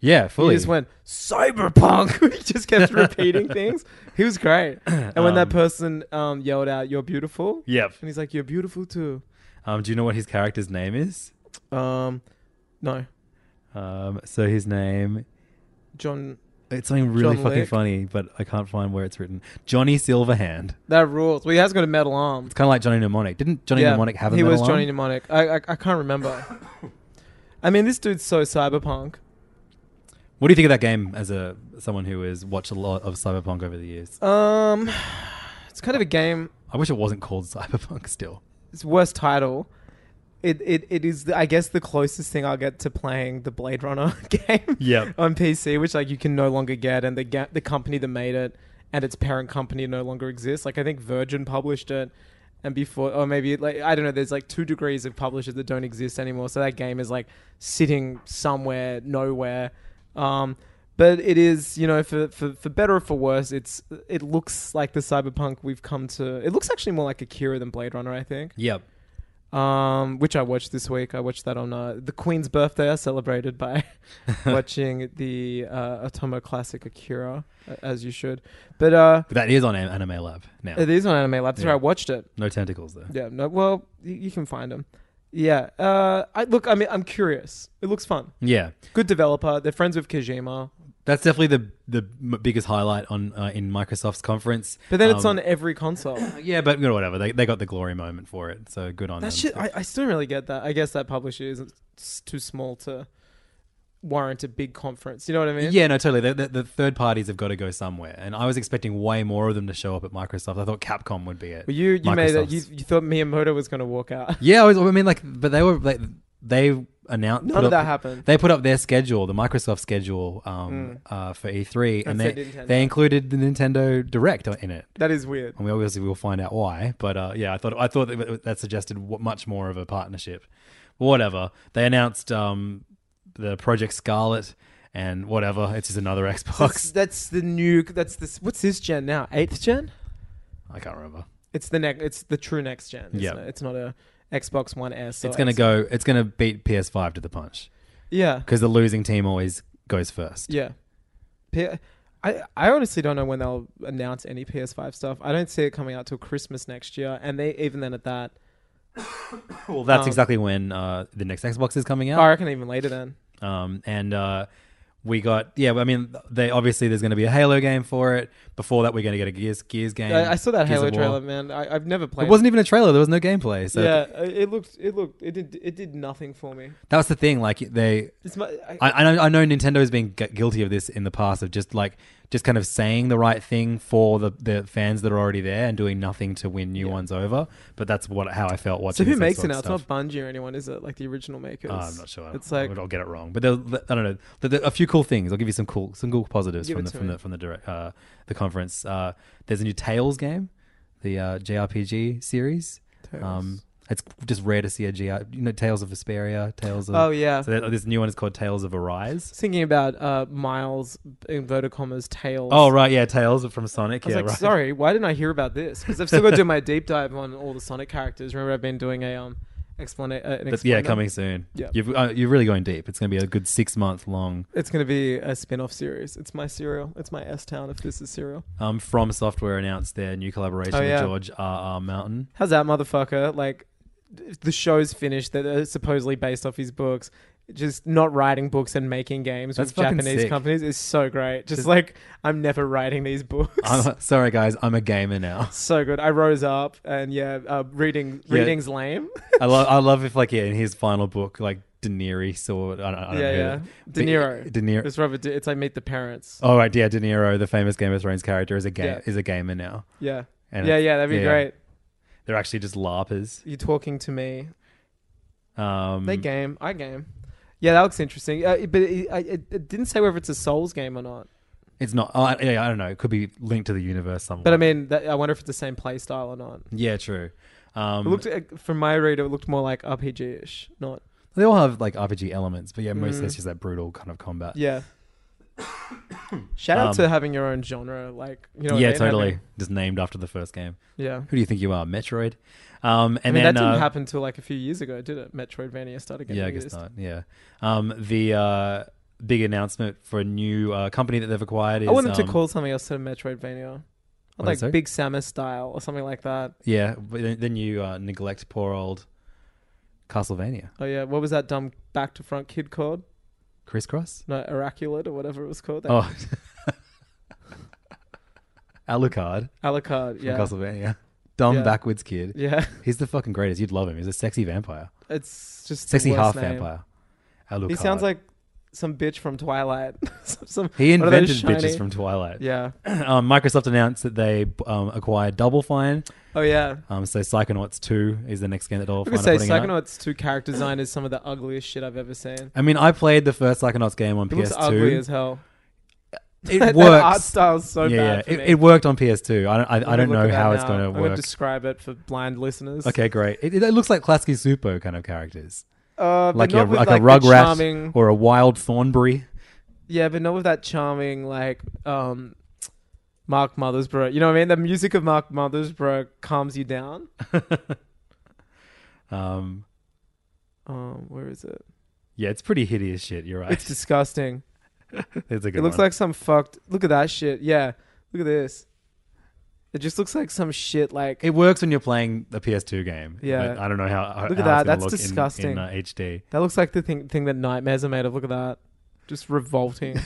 Speaker 4: yeah, fully.
Speaker 5: He just went cyberpunk. he just kept repeating things. He was great. And when that person um yelled out, "You're beautiful,"
Speaker 4: Yep.
Speaker 5: and he's like, "You're beautiful too."
Speaker 4: Um, do you know what his character's name is?
Speaker 5: Um, no,
Speaker 4: Um, so his name
Speaker 5: John,
Speaker 4: It's something really
Speaker 5: John
Speaker 4: fucking
Speaker 5: Wick.
Speaker 4: funny, but I can't find where it's written. Johnny Silverhand.
Speaker 5: that rules. Well, he has got a metal arm.
Speaker 4: It's kind of like Johnny Mnemonic. Didn't Johnny Mnemonic have a
Speaker 5: he
Speaker 4: metal
Speaker 5: was
Speaker 4: arm?
Speaker 5: Johnny Mnemonic. I, I I can't remember. I mean, this dude's so cyberpunk.
Speaker 4: What do you think of that game as a someone who has watched a lot of Cyberpunk over the years?
Speaker 5: Um, it's kind of a game.
Speaker 4: I wish it wasn't called Cyberpunk still.
Speaker 5: It's worst title. It it, it is the, I guess the closest thing I'll get to playing the Blade Runner game.
Speaker 4: Yep.
Speaker 5: On PC, which like you can no longer get, and the ga- the company that made it and its parent company no longer exists. Like I think Virgin published it. And before, or maybe like I don't know. There's like two degrees of publishers that don't exist anymore, so that game is like sitting somewhere, nowhere. Um, but it is, you know, for, for, for better or for worse, it's it looks like the cyberpunk we've come to. It looks actually more like Akira than Blade Runner, I think
Speaker 4: Yep.
Speaker 5: um, which I watched this week. I watched that on uh, the Queen's birthday. I celebrated by watching the uh, Atomo classic Akira, uh, as you should. But uh,
Speaker 4: But that is on An- Anime Lab now.
Speaker 5: it is on Anime Lab. That's
Speaker 4: Yeah.
Speaker 5: where I watched it.
Speaker 4: No tentacles though.
Speaker 5: Yeah. No. Well, y- you can find them. Yeah. Uh, I look. I mean, I'm curious. It looks fun.
Speaker 4: Yeah.
Speaker 5: Good developer. They're friends with Kojima.
Speaker 4: That's definitely the the m- biggest highlight on uh, in Microsoft's conference.
Speaker 5: But then it's
Speaker 4: Um,
Speaker 5: on every console.
Speaker 4: Yeah, but you know, whatever. They, they got the glory moment for it, so good on
Speaker 5: That
Speaker 4: them.
Speaker 5: shit. I, I still don't really get that. I guess that publisher isn't s- too small to warrant a big conference. You know what I mean?
Speaker 4: yeah, no, totally. The, the, the third parties have got to go somewhere, and I was expecting way more of them to show up at Microsoft. I thought Capcom would be it.
Speaker 5: But you you made it.
Speaker 4: Microsoft's.
Speaker 5: You, you thought Miyamoto was going to walk out.
Speaker 4: Yeah, I, was, I mean, like, but they were like they announced
Speaker 5: None
Speaker 4: put
Speaker 5: of
Speaker 4: up-
Speaker 5: that happened.
Speaker 4: They put up their schedule, the Microsoft schedule, um, uh, for E3, and
Speaker 5: That's
Speaker 4: they
Speaker 5: their Hmm. Nintendo.
Speaker 4: they included the Nintendo Direct in it.
Speaker 5: That is weird.
Speaker 4: And we obviously will find out why, but uh, yeah, I thought I thought that, that suggested w- much more of a partnership. But whatever, they announced um, the Project Scarlet and whatever. It's just another
Speaker 5: That's,
Speaker 4: Xbox.
Speaker 5: that's the new. That's this. What's this gen now? Eighth gen?
Speaker 4: I can't remember.
Speaker 5: It's the next. It's the true next gen. isn't
Speaker 4: Yeah.
Speaker 5: it? It's not a Xbox One S. or
Speaker 4: it's gonna
Speaker 5: X-
Speaker 4: go. It's gonna beat PS5 to the punch
Speaker 5: Yeah.
Speaker 4: because the losing team always goes first.
Speaker 5: Yeah. P- I, I honestly don't know when they'll announce any PS5 stuff. I don't see it coming out till Christmas next year, and they even then at that,
Speaker 4: Well, that's
Speaker 5: Um,
Speaker 4: exactly when uh, the next Xbox is coming
Speaker 5: I
Speaker 4: out.
Speaker 5: reckon even later then.
Speaker 4: Um, and uh, we got yeah. I mean, they obviously there's gonna be a Halo game for it. Before that, we're gonna get a Gears Gears game.
Speaker 5: I, I saw that
Speaker 4: Gears
Speaker 5: Halo
Speaker 4: of War.
Speaker 5: trailer, man. I, I've never played.
Speaker 4: It wasn't even a trailer. There was no gameplay. So
Speaker 5: yeah, uh, it looked. It looked. It did. It did nothing for me.
Speaker 4: That was the thing. Like they,
Speaker 5: It's my. I,
Speaker 4: I, I know, I know Nintendo has been gu- guilty of this in the past of just like just kind of saying the right thing for the, the fans that are already there and doing nothing to win new ones over. But that's what how I felt
Speaker 5: so
Speaker 4: watching.
Speaker 5: who
Speaker 4: this
Speaker 5: makes it
Speaker 4: sort
Speaker 5: now?
Speaker 4: of
Speaker 5: It's
Speaker 4: stuff.
Speaker 5: not Bungie or anyone, is it? Like the original makers.
Speaker 4: Oh, I'm not sure.
Speaker 5: It's
Speaker 4: I
Speaker 5: like
Speaker 4: would- I'll get it wrong. But there, I don't know. There- there- a few cool things. I'll give you some cool some cool positives
Speaker 5: Give
Speaker 4: from
Speaker 5: it
Speaker 4: the
Speaker 5: to
Speaker 4: from,
Speaker 5: me.
Speaker 4: the from the direct uh, the conference. Uh, there's a new Tales game, the uh, JRPG series. Um, it's it's rare to see a GR, you know, Tales of Vesperia, Tales of
Speaker 5: Oh, yeah.
Speaker 4: So there- this new one is called Tales of Arise.
Speaker 5: thinking about uh, Miles inverted commas tails.
Speaker 4: Oh right, yeah, Tales from Sonic.
Speaker 5: I was
Speaker 4: yeah,
Speaker 5: like,
Speaker 4: right.
Speaker 5: sorry, why didn't I hear about this? Because I've still got to do my deep dive on all the Sonic characters. Remember, I've been doing a um, explain. Uh,
Speaker 4: But
Speaker 5: an
Speaker 4: yeah,
Speaker 5: explainer?
Speaker 4: coming soon.
Speaker 5: Yeah.
Speaker 4: You've, uh, you're really going deep. It's going to be a good six month long.
Speaker 5: It's going to be a spin-off series. It's my serial. It's my S Town. If this is serial,
Speaker 4: Um, From Software announced their new collaboration
Speaker 5: Oh, yeah.
Speaker 4: with George R. R. Mountain.
Speaker 5: how's that motherfucker? Like, the show's finished. That are supposedly based off his books. Just not writing books and making games
Speaker 4: That's
Speaker 5: with
Speaker 4: fucking
Speaker 5: Japanese
Speaker 4: sick.
Speaker 5: companies is so great. Just like I'm never writing these books.
Speaker 4: I'm, sorry, guys, I'm a gamer now.
Speaker 5: so good. I rose up and yeah, uh, reading
Speaker 4: Yeah.
Speaker 5: reading's lame.
Speaker 4: I love, I love if like yeah, in his final book, like De Niro saw. I don't, I don't
Speaker 5: yeah,
Speaker 4: know.
Speaker 5: yeah.
Speaker 4: who-
Speaker 5: De Niro.
Speaker 4: De Niro.
Speaker 5: It's Robert. De- it's like Meet the Parents.
Speaker 4: Oh right, yeah, De Niro, the famous Game of Thrones character, is a game
Speaker 5: Yeah.
Speaker 4: is a gamer now.
Speaker 5: Yeah.
Speaker 4: And
Speaker 5: yeah,
Speaker 4: it's-
Speaker 5: yeah. That'd be
Speaker 4: yeah.
Speaker 5: great.
Speaker 4: They're actually just larpers.
Speaker 5: You talking to me?
Speaker 4: Um,
Speaker 5: They game. I game. Yeah, that looks interesting. Uh, it- but it, I, it, it didn't say whether it's a Souls game or not.
Speaker 4: It's not. Oh, I, yeah, I don't know. It could be linked to the universe somewhere.
Speaker 5: But I mean, that, I wonder if it's the same play style or not.
Speaker 4: yeah, true.
Speaker 5: It
Speaker 4: Um,
Speaker 5: looked uh, from my read, it looked more like RPG ish. Not
Speaker 4: They all have like RPG elements, but yeah, mostly it's just that brutal kind of combat.
Speaker 5: Mm. yeah. Shout out
Speaker 4: Um,
Speaker 5: to having your own genre, like you know. what I
Speaker 4: yeah,
Speaker 5: mean? Having-
Speaker 4: totally. Just named after the first game.
Speaker 5: yeah.
Speaker 4: Who do you think you are, Metroid? Um,
Speaker 5: I
Speaker 4: and
Speaker 5: mean,
Speaker 4: then
Speaker 5: that didn't
Speaker 4: uh,
Speaker 5: happen until like a few years ago, did it? Metroidvania started getting
Speaker 4: Yeah, I guess
Speaker 5: released.
Speaker 4: not. Yeah. Um, the uh, big announcement for a new uh, company that they've acquired is.
Speaker 5: I want them
Speaker 4: um,
Speaker 5: to call something else instead of Metroidvania.
Speaker 4: What
Speaker 5: Like
Speaker 4: is it?
Speaker 5: Big Samus style or something like that.
Speaker 4: Yeah, but then, then you uh, neglect poor old Castlevania,
Speaker 5: Oh yeah, what was that dumb back to front kid called?
Speaker 4: crisscross.
Speaker 5: No, Oraculate or whatever it was called. That-
Speaker 4: Oh, Alucard
Speaker 5: Alucard.
Speaker 4: from
Speaker 5: Yeah,
Speaker 4: Castlevania, dumb
Speaker 5: Yeah.
Speaker 4: backwards kid.
Speaker 5: yeah.
Speaker 4: He's the fucking greatest. You'd love him. He's a sexy vampire,
Speaker 5: It's just the
Speaker 4: sexy
Speaker 5: worst
Speaker 4: half
Speaker 5: name.
Speaker 4: vampire. Alucard.
Speaker 5: He sounds like some bitch from Twilight. some, some-
Speaker 4: He
Speaker 5: one of those
Speaker 4: invented bitches
Speaker 5: shiny-
Speaker 4: from Twilight.
Speaker 5: Yeah.
Speaker 4: um, Microsoft announced that they um, acquired Double Fine.
Speaker 5: Oh yeah.
Speaker 4: Um, so Psychonauts 2 is the next game that Double
Speaker 5: I
Speaker 4: Fine
Speaker 5: could
Speaker 4: are
Speaker 5: say
Speaker 4: putting out.
Speaker 5: Psychonauts two character design is some of the ugliest shit I've ever seen.
Speaker 4: I mean, I played the first Psychonauts game on
Speaker 5: It looks ugly as
Speaker 4: PS2.
Speaker 5: hell.
Speaker 4: It
Speaker 5: That art
Speaker 4: works.
Speaker 5: style's so
Speaker 4: yeah,
Speaker 5: bad.
Speaker 4: yeah.
Speaker 5: for
Speaker 4: It,
Speaker 5: me.
Speaker 4: it worked on PS2. I don't. I, I
Speaker 5: I'm
Speaker 4: don't
Speaker 5: gonna
Speaker 4: know
Speaker 5: look at
Speaker 4: how
Speaker 5: that
Speaker 4: it's
Speaker 5: now.
Speaker 4: going to
Speaker 5: I'm gonna
Speaker 4: work.
Speaker 5: describe it for blind listeners.
Speaker 4: Okay, great. It, it, it looks like Klasky Supo kind of characters,
Speaker 5: Uh, but
Speaker 4: like,
Speaker 5: not
Speaker 4: a,
Speaker 5: with,
Speaker 4: like, a
Speaker 5: like the
Speaker 4: Rugrat
Speaker 5: charming-
Speaker 4: or a Wild Thornberry.
Speaker 5: Yeah, but not with that charming like um Mark Mothersbaugh. You know what I mean? The music of Mark Mothersbaugh calms you down.
Speaker 4: Um,
Speaker 5: Um, where is it?
Speaker 4: yeah, it's pretty hideous shit. You're right.
Speaker 5: It's disgusting.
Speaker 4: It's a good
Speaker 5: it looks
Speaker 4: one.
Speaker 5: like some fucked. Look at that shit. Yeah, look at this. It just looks like some shit. Like
Speaker 4: It works when you're playing a PS2 game.
Speaker 5: Yeah.
Speaker 4: but I don't know how. how
Speaker 5: Look at
Speaker 4: how
Speaker 5: that.
Speaker 4: it's gonna
Speaker 5: That's
Speaker 4: look in- in,
Speaker 5: disgusting.
Speaker 4: uh, HD.
Speaker 5: that looks like the thing thing that nightmares are made of. Look at that. Just revolting.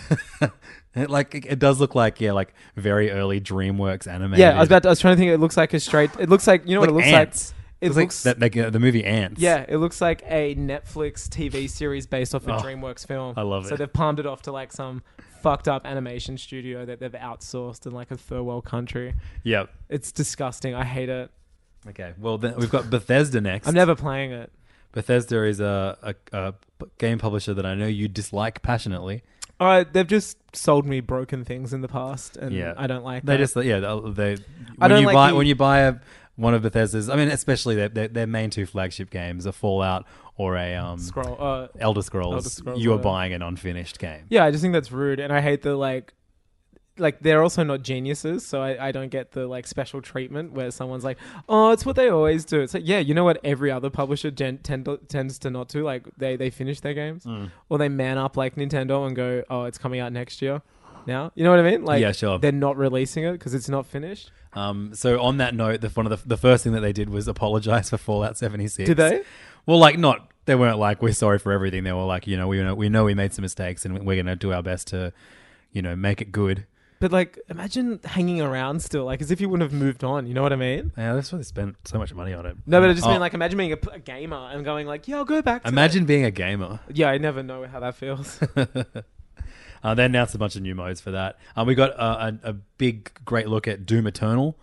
Speaker 4: It, like it, it does look like yeah, like very early DreamWorks animated.
Speaker 5: yeah, I was about. To, I was trying to think. It looks like a straight. It looks like you know
Speaker 4: like
Speaker 5: what it looks
Speaker 4: ants.
Speaker 5: like. It
Speaker 4: It's
Speaker 5: looks.
Speaker 4: like that, like, uh, the movie Ants.
Speaker 5: yeah, it looks like a Netflix TV series based off a DreamWorks film.
Speaker 4: Oh, I love
Speaker 5: So
Speaker 4: it.
Speaker 5: they've palmed it off to like some fucked up animation studio that they've outsourced in like a third world country.
Speaker 4: Yep.
Speaker 5: It's disgusting. I hate it.
Speaker 4: Okay. Well, then we've got Bethesda next.
Speaker 5: I'm never playing it.
Speaker 4: Bethesda is a, a, a p- game publisher that I know you dislike passionately.
Speaker 5: All right, they've just sold me broken things in the past, and
Speaker 4: Yeah,
Speaker 5: I don't like
Speaker 4: They
Speaker 5: that.
Speaker 4: just yeah they. When
Speaker 5: I don't
Speaker 4: you
Speaker 5: like
Speaker 4: buy
Speaker 5: the-
Speaker 4: when you buy a, one of Bethesda's, I mean, especially their, their their main two flagship games, a Fallout or a um
Speaker 5: scroll. Uh,
Speaker 4: Elder Scrolls.
Speaker 5: Elder Scrolls,
Speaker 4: you are
Speaker 5: yeah.
Speaker 4: buying an unfinished game.
Speaker 5: yeah, I just think that's rude, and I hate the like. Like they're also not geniuses, so I, I don't get the like special treatment where someone's like, "Oh, it's what they always do." It's like, yeah, you know what? Every other publisher gen- tend tends to not do. Like they they finish their games,
Speaker 4: Mm.
Speaker 5: or they man up like Nintendo and go, "Oh, it's coming out next year." Now, you know what I mean? Like,
Speaker 4: Yeah, sure.
Speaker 5: They're not releasing it because it's not finished.
Speaker 4: Um, so on that note, the one of the, the first thing that they did was apologize for Fallout 76.
Speaker 5: Did they?
Speaker 4: Well, like not they weren't like we're sorry for everything. They were like you know we know we know we made some mistakes and we're going to do our best to you know make it good.
Speaker 5: But like, imagine hanging around still, like as if you wouldn't have moved on. You know what I mean?
Speaker 4: Yeah, that's why they spent so much money on it.
Speaker 5: No, but I just
Speaker 4: Oh,
Speaker 5: mean like imagine being a, p- a gamer and going like, yeah, I'll go back. To
Speaker 4: imagine being a gamer.
Speaker 5: that." Yeah, I never know how that feels.
Speaker 4: Uh, they announced a bunch of new modes for that. Um, we got uh, a, a big great look at Doom Eternal.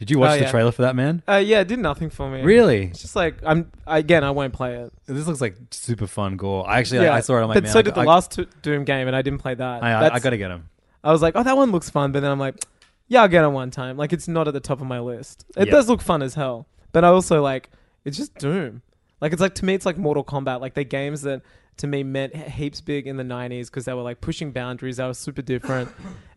Speaker 4: Did you watch
Speaker 5: Oh, yeah.
Speaker 4: the trailer for that man?
Speaker 5: uh, yeah, it did nothing for me.
Speaker 4: Really?
Speaker 5: It's just like I'm again. I won't play it.
Speaker 4: This looks like super fun gore. I actually
Speaker 5: yeah,
Speaker 4: I, I saw it. I'm like,
Speaker 5: but
Speaker 4: man,
Speaker 5: so
Speaker 4: I,
Speaker 5: did the
Speaker 4: I-
Speaker 5: last t- Doom game, and I didn't play that.
Speaker 4: I, I,
Speaker 5: That's-
Speaker 4: got to get him.
Speaker 5: I was like, oh, that one looks fun, but then I'm like, yeah, I'll get it one time. Like, it's not at the top of my list. It
Speaker 4: Yeah.
Speaker 5: does look fun as hell, but I also like it's just Doom. Like, it's like to me, it's like Mortal Kombat. Like the games that to me meant he- heaps big in the '90s because they were like pushing boundaries. They were super different,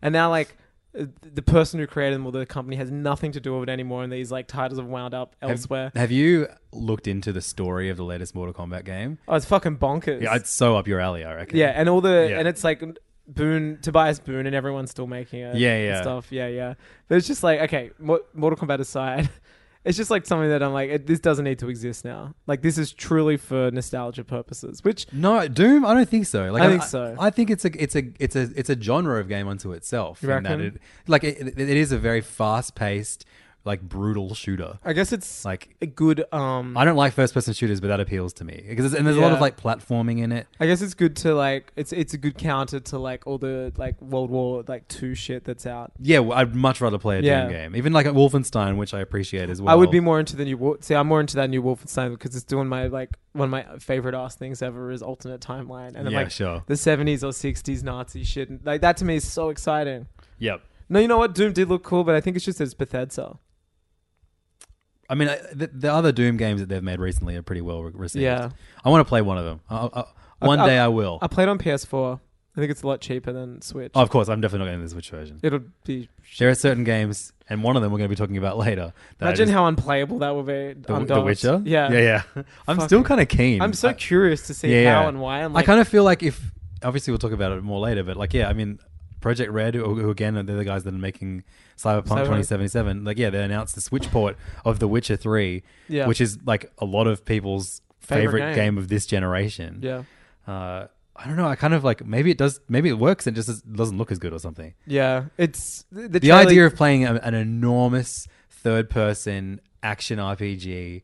Speaker 5: and now like. uh, The person who created them or the company has nothing to do with it anymore, and these like titles have wound up elsewhere.
Speaker 4: Have you looked into the story of the latest Mortal Kombat game?
Speaker 5: Oh, it's fucking bonkers.
Speaker 4: Yeah, it's so up your alley, I reckon.
Speaker 5: Yeah, and all the
Speaker 4: Yeah.
Speaker 5: and it's like Boone, Tobias Boone, and everyone's still making it.
Speaker 4: Yeah,
Speaker 5: and
Speaker 4: yeah.
Speaker 5: stuff. Yeah, yeah. But it's just like okay, Mo- Mortal Kombat aside, it's just like something that I'm like, it, this doesn't need to exist now. Like this is truly for nostalgia purposes. Which
Speaker 4: No, Doom. I don't think so. Like,
Speaker 5: I think so.
Speaker 4: I, think it's a it's a it's a it's a genre of game unto itself.
Speaker 5: You
Speaker 4: in that
Speaker 5: reckon?
Speaker 4: it, like it, it is a very fast paced, like brutal shooter.
Speaker 5: I guess it's like
Speaker 4: Like
Speaker 5: a good. Um, I,
Speaker 4: I don't like first person shooters, but that appeals to me because and there's a lot
Speaker 5: Yeah.
Speaker 4: of like platforming in it.
Speaker 5: guess it's good to like it's it's a good counter to like all the like World War like two shit that's out.
Speaker 4: Yeah, well, I'd much rather play a
Speaker 5: Yeah.
Speaker 4: Doom game, even like a Wolfenstein, which I appreciate as well.
Speaker 5: I would be more into the new. Wol- See, I'm more into that new Wolfenstein because it's doing my like one of my favorite ass things ever is alternate timeline, and I'm
Speaker 4: Yeah,
Speaker 5: like
Speaker 4: sure.
Speaker 5: the 70s or 60s Nazi shit. and, Like that to me is so exciting.
Speaker 4: Yep.
Speaker 5: No, you know what? Doom did look cool, but I think it's just it's Bethesda.
Speaker 4: I mean, I, the, the other Doom games that they've made recently are pretty well re- received.
Speaker 5: Yeah.
Speaker 4: I want to play one of them. I, I, one
Speaker 5: I-
Speaker 4: day I will.
Speaker 5: I played on PS4. I think it's a lot cheaper than Switch.
Speaker 4: oh, of course, I'm definitely not getting the Switch version.
Speaker 5: It'll be.
Speaker 4: There are certain games, and one of them we're going to be talking about later. that I
Speaker 5: Imagine
Speaker 4: just-
Speaker 5: how unplayable that will be.
Speaker 4: the, the
Speaker 5: on DOS.
Speaker 4: Witcher.
Speaker 5: Yeah.
Speaker 4: yeah, yeah. I'm still kind of keen.
Speaker 5: I'm so
Speaker 4: I-
Speaker 5: curious to see how and why. I'm
Speaker 4: I
Speaker 5: like,
Speaker 4: kind of feel like if obviously we'll talk about it more later, but like yeah, I mean Project Red, who, who again are the guys that are making Cyberpunk
Speaker 5: Cyberpunk.
Speaker 4: 2077, like yeah, they announced the Switch port of The Witcher 3,
Speaker 5: Yeah.
Speaker 4: which is like a lot of people's
Speaker 5: Favorite
Speaker 4: favorite,
Speaker 5: game.
Speaker 4: game. of this generation.
Speaker 5: yeah,
Speaker 4: Uh, I don't know. I kind of like maybe it does. Maybe it works and just is- doesn't look as good or something.
Speaker 5: yeah. It's the,
Speaker 4: The
Speaker 5: trailer-
Speaker 4: idea of playing a, an enormous third-person action RPG,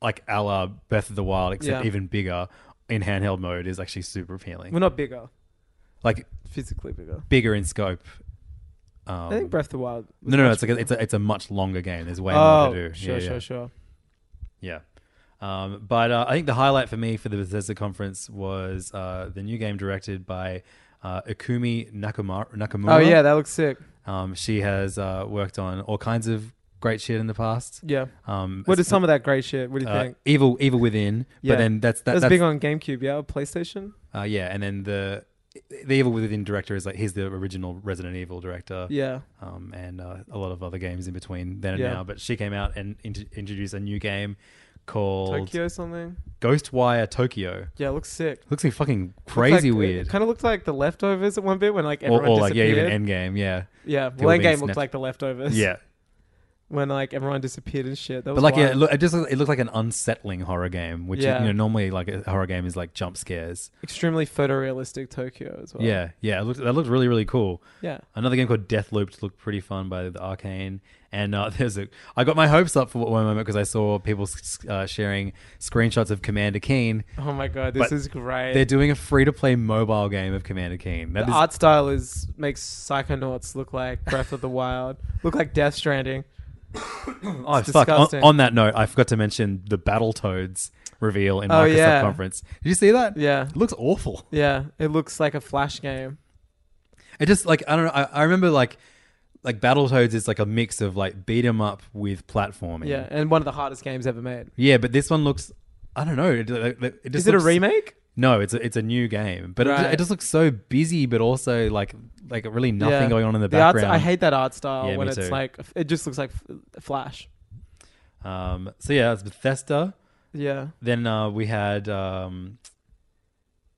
Speaker 4: like a la Breath of the Wild, except
Speaker 5: Yeah.
Speaker 4: even bigger in handheld mode, is actually super appealing.
Speaker 5: we're not bigger,
Speaker 4: like
Speaker 5: physically bigger.
Speaker 4: bigger in scope. Um,
Speaker 5: I think Breath of the Wild. was
Speaker 4: no, no, no. It's
Speaker 5: much
Speaker 4: like a, it's a, it's a much longer game. There's way
Speaker 5: oh,
Speaker 4: more to do.
Speaker 5: sure,
Speaker 4: yeah,
Speaker 5: sure,
Speaker 4: yeah.
Speaker 5: sure.
Speaker 4: Yeah. Um, but uh, I think the highlight for me for the Bethesda conference was uh, the new game directed by uh, Ikumi Nakamura. Nakamura.
Speaker 5: Oh yeah, that looks sick.
Speaker 4: um, she has uh, worked on all kinds of great shit in the past.
Speaker 5: Yeah.
Speaker 4: Um,
Speaker 5: What is some of that great shit? What do you
Speaker 4: uh,
Speaker 5: think?
Speaker 4: Evil, Evil Within.
Speaker 5: Yeah.
Speaker 4: But then that's that,
Speaker 5: that's,
Speaker 4: that's
Speaker 5: big on GameCube, yeah, PlayStation.
Speaker 4: Uh, yeah, and then the the Evil Within director is like he's the original Resident Evil director.
Speaker 5: Yeah,
Speaker 4: um, and uh, a lot of other games in between then and
Speaker 5: Yeah.
Speaker 4: now. But she came out and int- introduced a new game called
Speaker 5: Tokyo something.
Speaker 4: Ghostwire Tokyo.
Speaker 5: Yeah, it looks sick.
Speaker 4: Looks like fucking crazy weird.
Speaker 5: Kind of looked like the leftovers at one bit when like
Speaker 4: or,
Speaker 5: everyone
Speaker 4: or like yeah,
Speaker 5: disappeared.
Speaker 4: even Endgame. Yeah,
Speaker 5: yeah,
Speaker 4: people
Speaker 5: well,
Speaker 4: being
Speaker 5: Endgame looked
Speaker 4: snapped.
Speaker 5: like the leftovers.
Speaker 4: yeah.
Speaker 5: when like everyone disappeared and shit. That was
Speaker 4: But like,
Speaker 5: wild.
Speaker 4: yeah, it, look, it just it looked like an unsettling horror game, which
Speaker 5: Yeah.
Speaker 4: you know normally like a horror game is like jump scares.
Speaker 5: extremely photorealistic Tokyo as well.
Speaker 4: Yeah, yeah, it looked, that looked really really cool.
Speaker 5: Yeah.
Speaker 4: Another game called Deathloop looked pretty fun by the Arcane, and uh, there's a I got my hopes up for one moment because I saw people s- uh, sharing screenshots of Commander Keen.
Speaker 5: Oh my god, this
Speaker 4: But
Speaker 5: is great.
Speaker 4: They're doing a free to play mobile game of Commander Keen. That
Speaker 5: the
Speaker 4: is
Speaker 5: art style is makes Psychonauts look like Breath of the Wild, look like Death Stranding.
Speaker 4: Oh
Speaker 5: It's
Speaker 4: fuck! On,
Speaker 5: disgusting.
Speaker 4: on that note, I forgot to mention the Battletoads reveal in
Speaker 5: Oh,
Speaker 4: Microsoft
Speaker 5: yeah.
Speaker 4: conference. Did you see that?
Speaker 5: Yeah.
Speaker 4: it looks awful.
Speaker 5: Yeah, it looks like a flash game.
Speaker 4: It just like I don't know. I, I remember like like Battletoads is like a mix of like beat 'em up with platforming.
Speaker 5: Yeah, and one of the hardest games ever made.
Speaker 4: yeah, but this one looks. I don't know. It, it, it just
Speaker 5: Is it a
Speaker 4: looks-
Speaker 5: remake?
Speaker 4: No, it's a, it's a new game, but it,
Speaker 5: Right.
Speaker 4: it just looks so busy, but also like like really nothing
Speaker 5: Yeah.
Speaker 4: going on in the,
Speaker 5: art-
Speaker 4: background.
Speaker 5: I hate that art style
Speaker 4: Yeah,
Speaker 5: when
Speaker 4: me
Speaker 5: it's
Speaker 4: too.
Speaker 5: like it just looks like f- flash.
Speaker 4: Um, so yeah, it's Bethesda.
Speaker 5: Yeah.
Speaker 4: Then uh, we had um,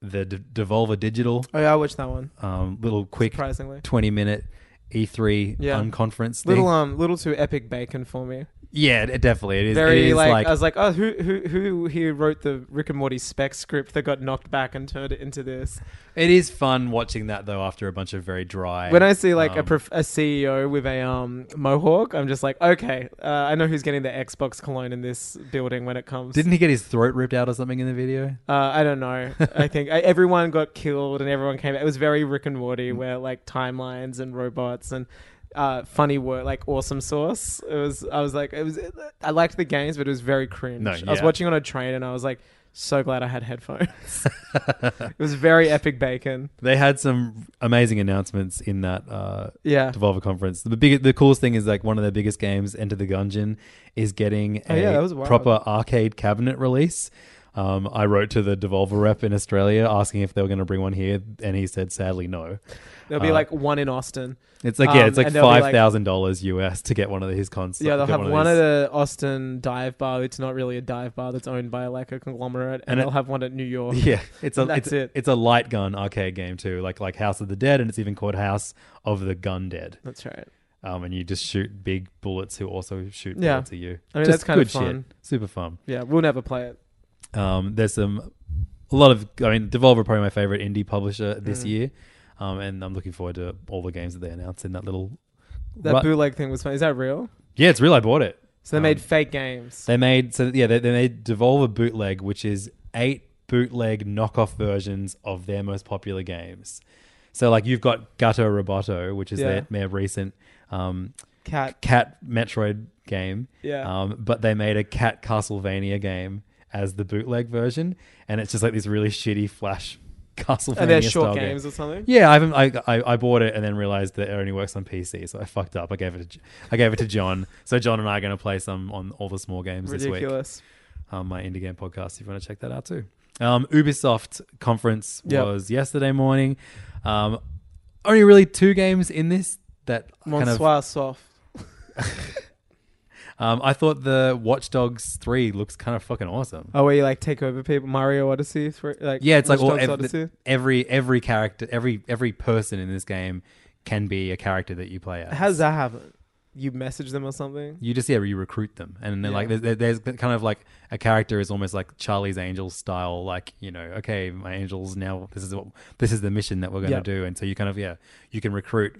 Speaker 4: the D- Devolver Digital.
Speaker 5: Oh yeah, I watched that one.
Speaker 4: um, little quick
Speaker 5: Surprisingly.
Speaker 4: 20 minute E3
Speaker 5: Yeah.
Speaker 4: unconference thing.
Speaker 5: Little um, little too epic bacon for me.
Speaker 4: yeah, it, definitely. It is, it
Speaker 5: Very
Speaker 4: is
Speaker 5: like,
Speaker 4: like,
Speaker 5: I was like, oh, who who who here wrote the Rick and Morty spec script that got knocked back and turned it into this?
Speaker 4: it is fun watching that though after a bunch of very dry.
Speaker 5: When I see like a,
Speaker 4: um,
Speaker 5: prof- a CEO with a um mohawk, I'm just like, okay, uh, I know who's getting the Xbox cologne in this building when it comes.
Speaker 4: Didn't he get his throat ripped out or something in the video?
Speaker 5: Uh, I don't know. I think I, everyone got killed and everyone came. It was very Rick and
Speaker 4: Mm.
Speaker 5: Morty, where like timelines and robots and uh, funny word like awesome sauce. It was. I was like, it was. I liked the games, but it was very cringe.
Speaker 4: No,
Speaker 5: I was
Speaker 4: yeah.
Speaker 5: watching on a train and I was like, so glad I had headphones. it was very epic bacon.
Speaker 4: They had some amazing announcements in that uh,
Speaker 5: Yeah.
Speaker 4: Devolver conference. The big, the coolest thing is like one of their biggest games, Enter the Gungeon, is getting
Speaker 5: Oh,
Speaker 4: a
Speaker 5: yeah, that was wild.
Speaker 4: proper arcade cabinet release. Um, I wrote to the Devolver rep in Australia asking if they were going to bring one here, and he said sadly no.
Speaker 5: There'll be
Speaker 4: Uh,
Speaker 5: like one in Austin.
Speaker 4: It's like yeah,
Speaker 5: Um,
Speaker 4: it's like
Speaker 5: and they'll be
Speaker 4: five thousand dollars US to get one of his cons.
Speaker 5: Yeah, they'll
Speaker 4: get
Speaker 5: have one, at
Speaker 4: these.
Speaker 5: a Austin dive bar. It's not really a dive bar that's owned by like a conglomerate, and,
Speaker 4: And it-
Speaker 5: they'll have one at New York.
Speaker 4: Yeah, it's a
Speaker 5: And that's
Speaker 4: it's, it.
Speaker 5: it.
Speaker 4: it's a light gun arcade game too, like like House of the Dead, and it's even called House of the Gun Dead.
Speaker 5: That's right.
Speaker 4: Um, and you just shoot big bullets who also shoot
Speaker 5: Yeah.
Speaker 4: bullets at you.
Speaker 5: I mean,
Speaker 4: just
Speaker 5: that's kind of
Speaker 4: good
Speaker 5: fun.
Speaker 4: shit, super fun.
Speaker 5: Yeah, we'll never play it.
Speaker 4: Um, there's some a lot of I mean, Devolver are probably my favorite indie publisher this
Speaker 5: Mm.
Speaker 4: year, um, and I'm looking forward to all the games that they announced in that little.
Speaker 5: That
Speaker 4: Right.
Speaker 5: bootleg thing was fun. Is that real?
Speaker 4: Yeah, it's real. I bought it.
Speaker 5: So they made fake games.
Speaker 4: They made so yeah they, they made Devolver Bootleg, which is eight bootleg knockoff versions of their most popular games. So like you've got Gato Roboto, which is
Speaker 5: Yeah.
Speaker 4: their, their recent um,
Speaker 5: Cat.
Speaker 4: cat Metroid game.
Speaker 5: Yeah.
Speaker 4: Um, but they made a cat Castlevania game as the bootleg version, and it's just like this really shitty flash Castlevania.
Speaker 5: Are they short
Speaker 4: style game.
Speaker 5: games or something?
Speaker 4: Yeah, I, haven't, I I I bought it and then realized that it only works on PC, so I fucked up. I gave it to, J- I gave it to John. So John and I are going to play some on all the small games this
Speaker 5: Ridiculous.
Speaker 4: week on um, my indie game podcast. If you want to check that out too, um, Ubisoft conference
Speaker 5: Yep.
Speaker 4: was yesterday morning. Um, only really two games in this that kind of.
Speaker 5: Monsoir Soft.
Speaker 4: Um, I thought the Watch Dogs three looks kind of fucking awesome.
Speaker 5: Oh, where you like take over people. Mario Odyssey. thr- Like
Speaker 4: Yeah, it's like
Speaker 5: Watch
Speaker 4: all,
Speaker 5: Dogs
Speaker 4: ev-
Speaker 5: Odyssey.
Speaker 4: every every character, every every person in this game can be a character that you play as.
Speaker 5: How does that happen? You message them or something?
Speaker 4: you just yeah you recruit them and then
Speaker 5: Yeah.
Speaker 4: like there's, there's kind of like a character is almost like Charlie's Angels style like you know okay my angels now this is what this is the mission that we're going to
Speaker 5: Yep.
Speaker 4: do and so you kind of yeah you can recruit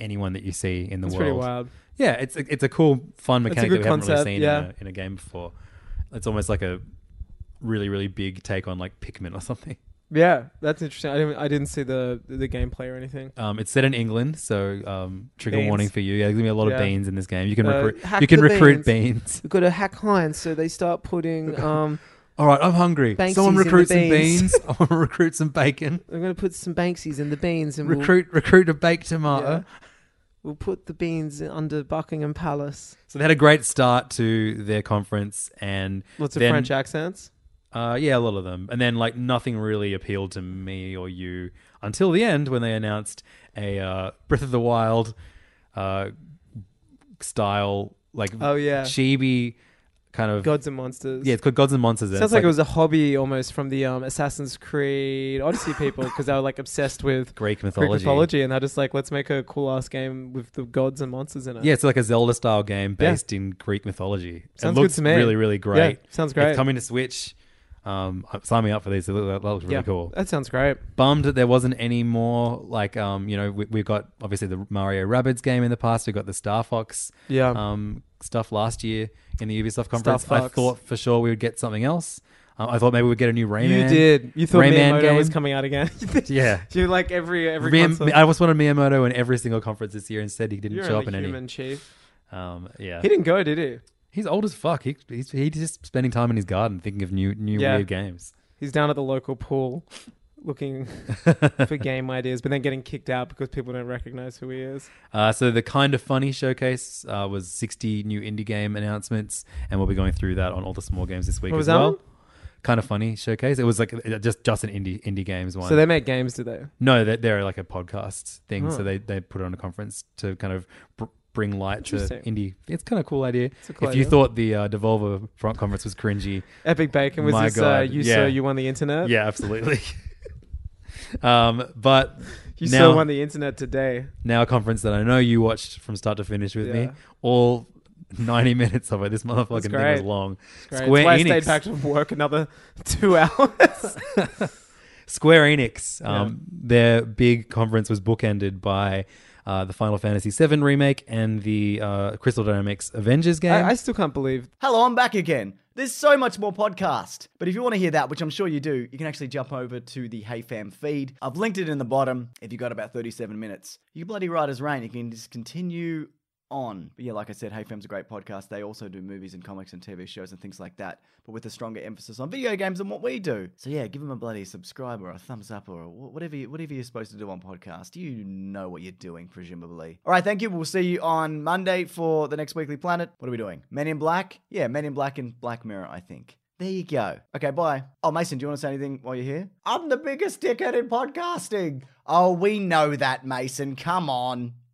Speaker 4: anyone that you see in the
Speaker 5: It's
Speaker 4: world
Speaker 5: pretty wild.
Speaker 4: yeah it's a, it's a cool fun
Speaker 5: It's a
Speaker 4: mechanic
Speaker 5: good
Speaker 4: that we haven't
Speaker 5: concept,
Speaker 4: really seen
Speaker 5: yeah.
Speaker 4: in, a, in a game before it's almost like a really really big take on like Pikmin or something
Speaker 5: Yeah, that's interesting. I didn't. I didn't see the the gameplay or anything.
Speaker 4: um, it's set in England so um, trigger
Speaker 5: Beans.
Speaker 4: warning for you yeah, there's gonna be a lot
Speaker 5: Yeah.
Speaker 4: of beans in this game you can
Speaker 5: Uh,
Speaker 4: recruit
Speaker 5: hack
Speaker 4: you can
Speaker 5: the
Speaker 4: recruit beans
Speaker 5: We've got to hack Heinz, so they start putting. Um,
Speaker 4: All right, I'm hungry.
Speaker 5: Banksy's
Speaker 4: Someone
Speaker 5: in the
Speaker 4: recruit some
Speaker 5: beans.
Speaker 4: beans. I want to recruit some bacon.
Speaker 5: we're going to put some Banksies in the beans and
Speaker 4: Recruit recruit a baked tomato.
Speaker 5: Yeah. we'll put the beans under Buckingham Palace.
Speaker 4: So they had a great start to their conference, and
Speaker 5: Lots of
Speaker 4: then-
Speaker 5: French accents.
Speaker 4: Uh, yeah, a lot of them. And then like nothing really appealed to me or you until the end when they announced a uh, Breath of the Wild uh, style like
Speaker 5: Oh, yeah.
Speaker 4: chibi kind of
Speaker 5: Gods and Monsters.
Speaker 4: yeah, it's called Gods and Monsters. and
Speaker 5: Sounds
Speaker 4: it's
Speaker 5: like, it was a hobby almost from the um, Assassin's Creed Odyssey people because they were like obsessed with
Speaker 4: Greek mythology.
Speaker 5: Greek mythology and they're just like, let's make a cool ass game with the gods and monsters in it.
Speaker 4: Yeah, it's like a Zelda style game
Speaker 5: Yeah.
Speaker 4: based in Greek mythology.
Speaker 5: Sounds
Speaker 4: it
Speaker 5: good
Speaker 4: looks
Speaker 5: to me.
Speaker 4: really, really great.
Speaker 5: Yeah, sounds great.
Speaker 4: It's coming to Switch. Um, uh, sign me up for these. It look- That looks really
Speaker 5: Yeah,
Speaker 4: cool.
Speaker 5: That sounds great.
Speaker 4: Bummed that there wasn't any more. Like, um, you know, we, we've got obviously the Mario Rabbids game in the past. We got the Star Fox,
Speaker 5: Yeah.
Speaker 4: um, stuff last year in the Ubisoft conference. I
Speaker 5: Fox.
Speaker 4: thought for sure we would get something else. Um, I thought maybe we'd get a new Rayman.
Speaker 5: You did. You thought
Speaker 4: Rayman
Speaker 5: Miyamoto
Speaker 4: game
Speaker 5: was coming out again.
Speaker 4: Yeah.
Speaker 5: you like every every
Speaker 4: Miyam-
Speaker 5: console.
Speaker 4: I just wanted Miyamoto in every single conference this year. Instead, he didn't
Speaker 5: You're
Speaker 4: show
Speaker 5: only
Speaker 4: up in
Speaker 5: human chief.
Speaker 4: any. Um, yeah,
Speaker 5: He didn't go, did he?
Speaker 4: He's old as fuck. He, he's he's just spending time in his garden thinking of new new
Speaker 5: Yeah.
Speaker 4: weird games.
Speaker 5: He's down at the local pool looking for game ideas, but then getting kicked out because people don't recognize who he is.
Speaker 4: Uh, so the kind of funny showcase uh, was 60 new indie game announcements, and we'll be going through that on all the small games this week
Speaker 5: What
Speaker 4: as
Speaker 5: was that
Speaker 4: well.
Speaker 5: one?
Speaker 4: Kind of funny showcase. It was like uh, just just an indie indie games one.
Speaker 5: So they make games, do they?
Speaker 4: no, they're, they're like a podcast thing. So they they put it on a conference to kind of. Br- Bring light to
Speaker 5: Interesting.
Speaker 4: indie. It's kind of cool idea.
Speaker 5: a cool
Speaker 4: if you
Speaker 5: idea.
Speaker 4: thought the uh, Devolver front conference was cringy,
Speaker 5: Epic Bacon was
Speaker 4: My
Speaker 5: this uh,
Speaker 4: God,
Speaker 5: you
Speaker 4: yeah.
Speaker 5: saw you on the internet?
Speaker 4: yeah, absolutely. um, but
Speaker 5: You
Speaker 4: now,
Speaker 5: saw on the internet today.
Speaker 4: now a conference that I know you watched from start to finish with me.
Speaker 5: Yeah.
Speaker 4: All 90 minutes of it. This motherfucking thing was
Speaker 5: great.
Speaker 4: long.
Speaker 5: Great.
Speaker 4: Square
Speaker 5: That's why I
Speaker 4: Enix.
Speaker 5: stayed back to work another two hours.
Speaker 4: Square Enix. Um, Their big conference was bookended by uh, the Final Fantasy VII remake and the uh, Crystal Dynamics Avengers game.
Speaker 5: I, I still can't believe
Speaker 2: Hello, I'm back again. There's so much more podcast. But if you want to hear that, which I'm sure you do, you can actually jump over to the Hey Fam feed. I've linked it in the bottom if you got about 37 minutes. You bloody writer's rain. You can just continue on. But yeah, like I said, Hey Fam's a great podcast. They also do movies and comics and TV shows and things like that, but with a stronger emphasis on video games than what we do. So yeah, give them a bloody subscribe or a thumbs up or wh- whatever, you, whatever you're supposed to do on podcast. You know what you're doing, presumably. All right, thank you. We'll see you on Monday for the next Weekly Planet. What are we doing? Men in Black? Yeah, Men in Black and Black Mirror, I think. There you go. Okay, bye. Oh, Mason, do you want to say anything while you're here? I'm the biggest dickhead in podcasting. Oh, we know that, Mason. Come on.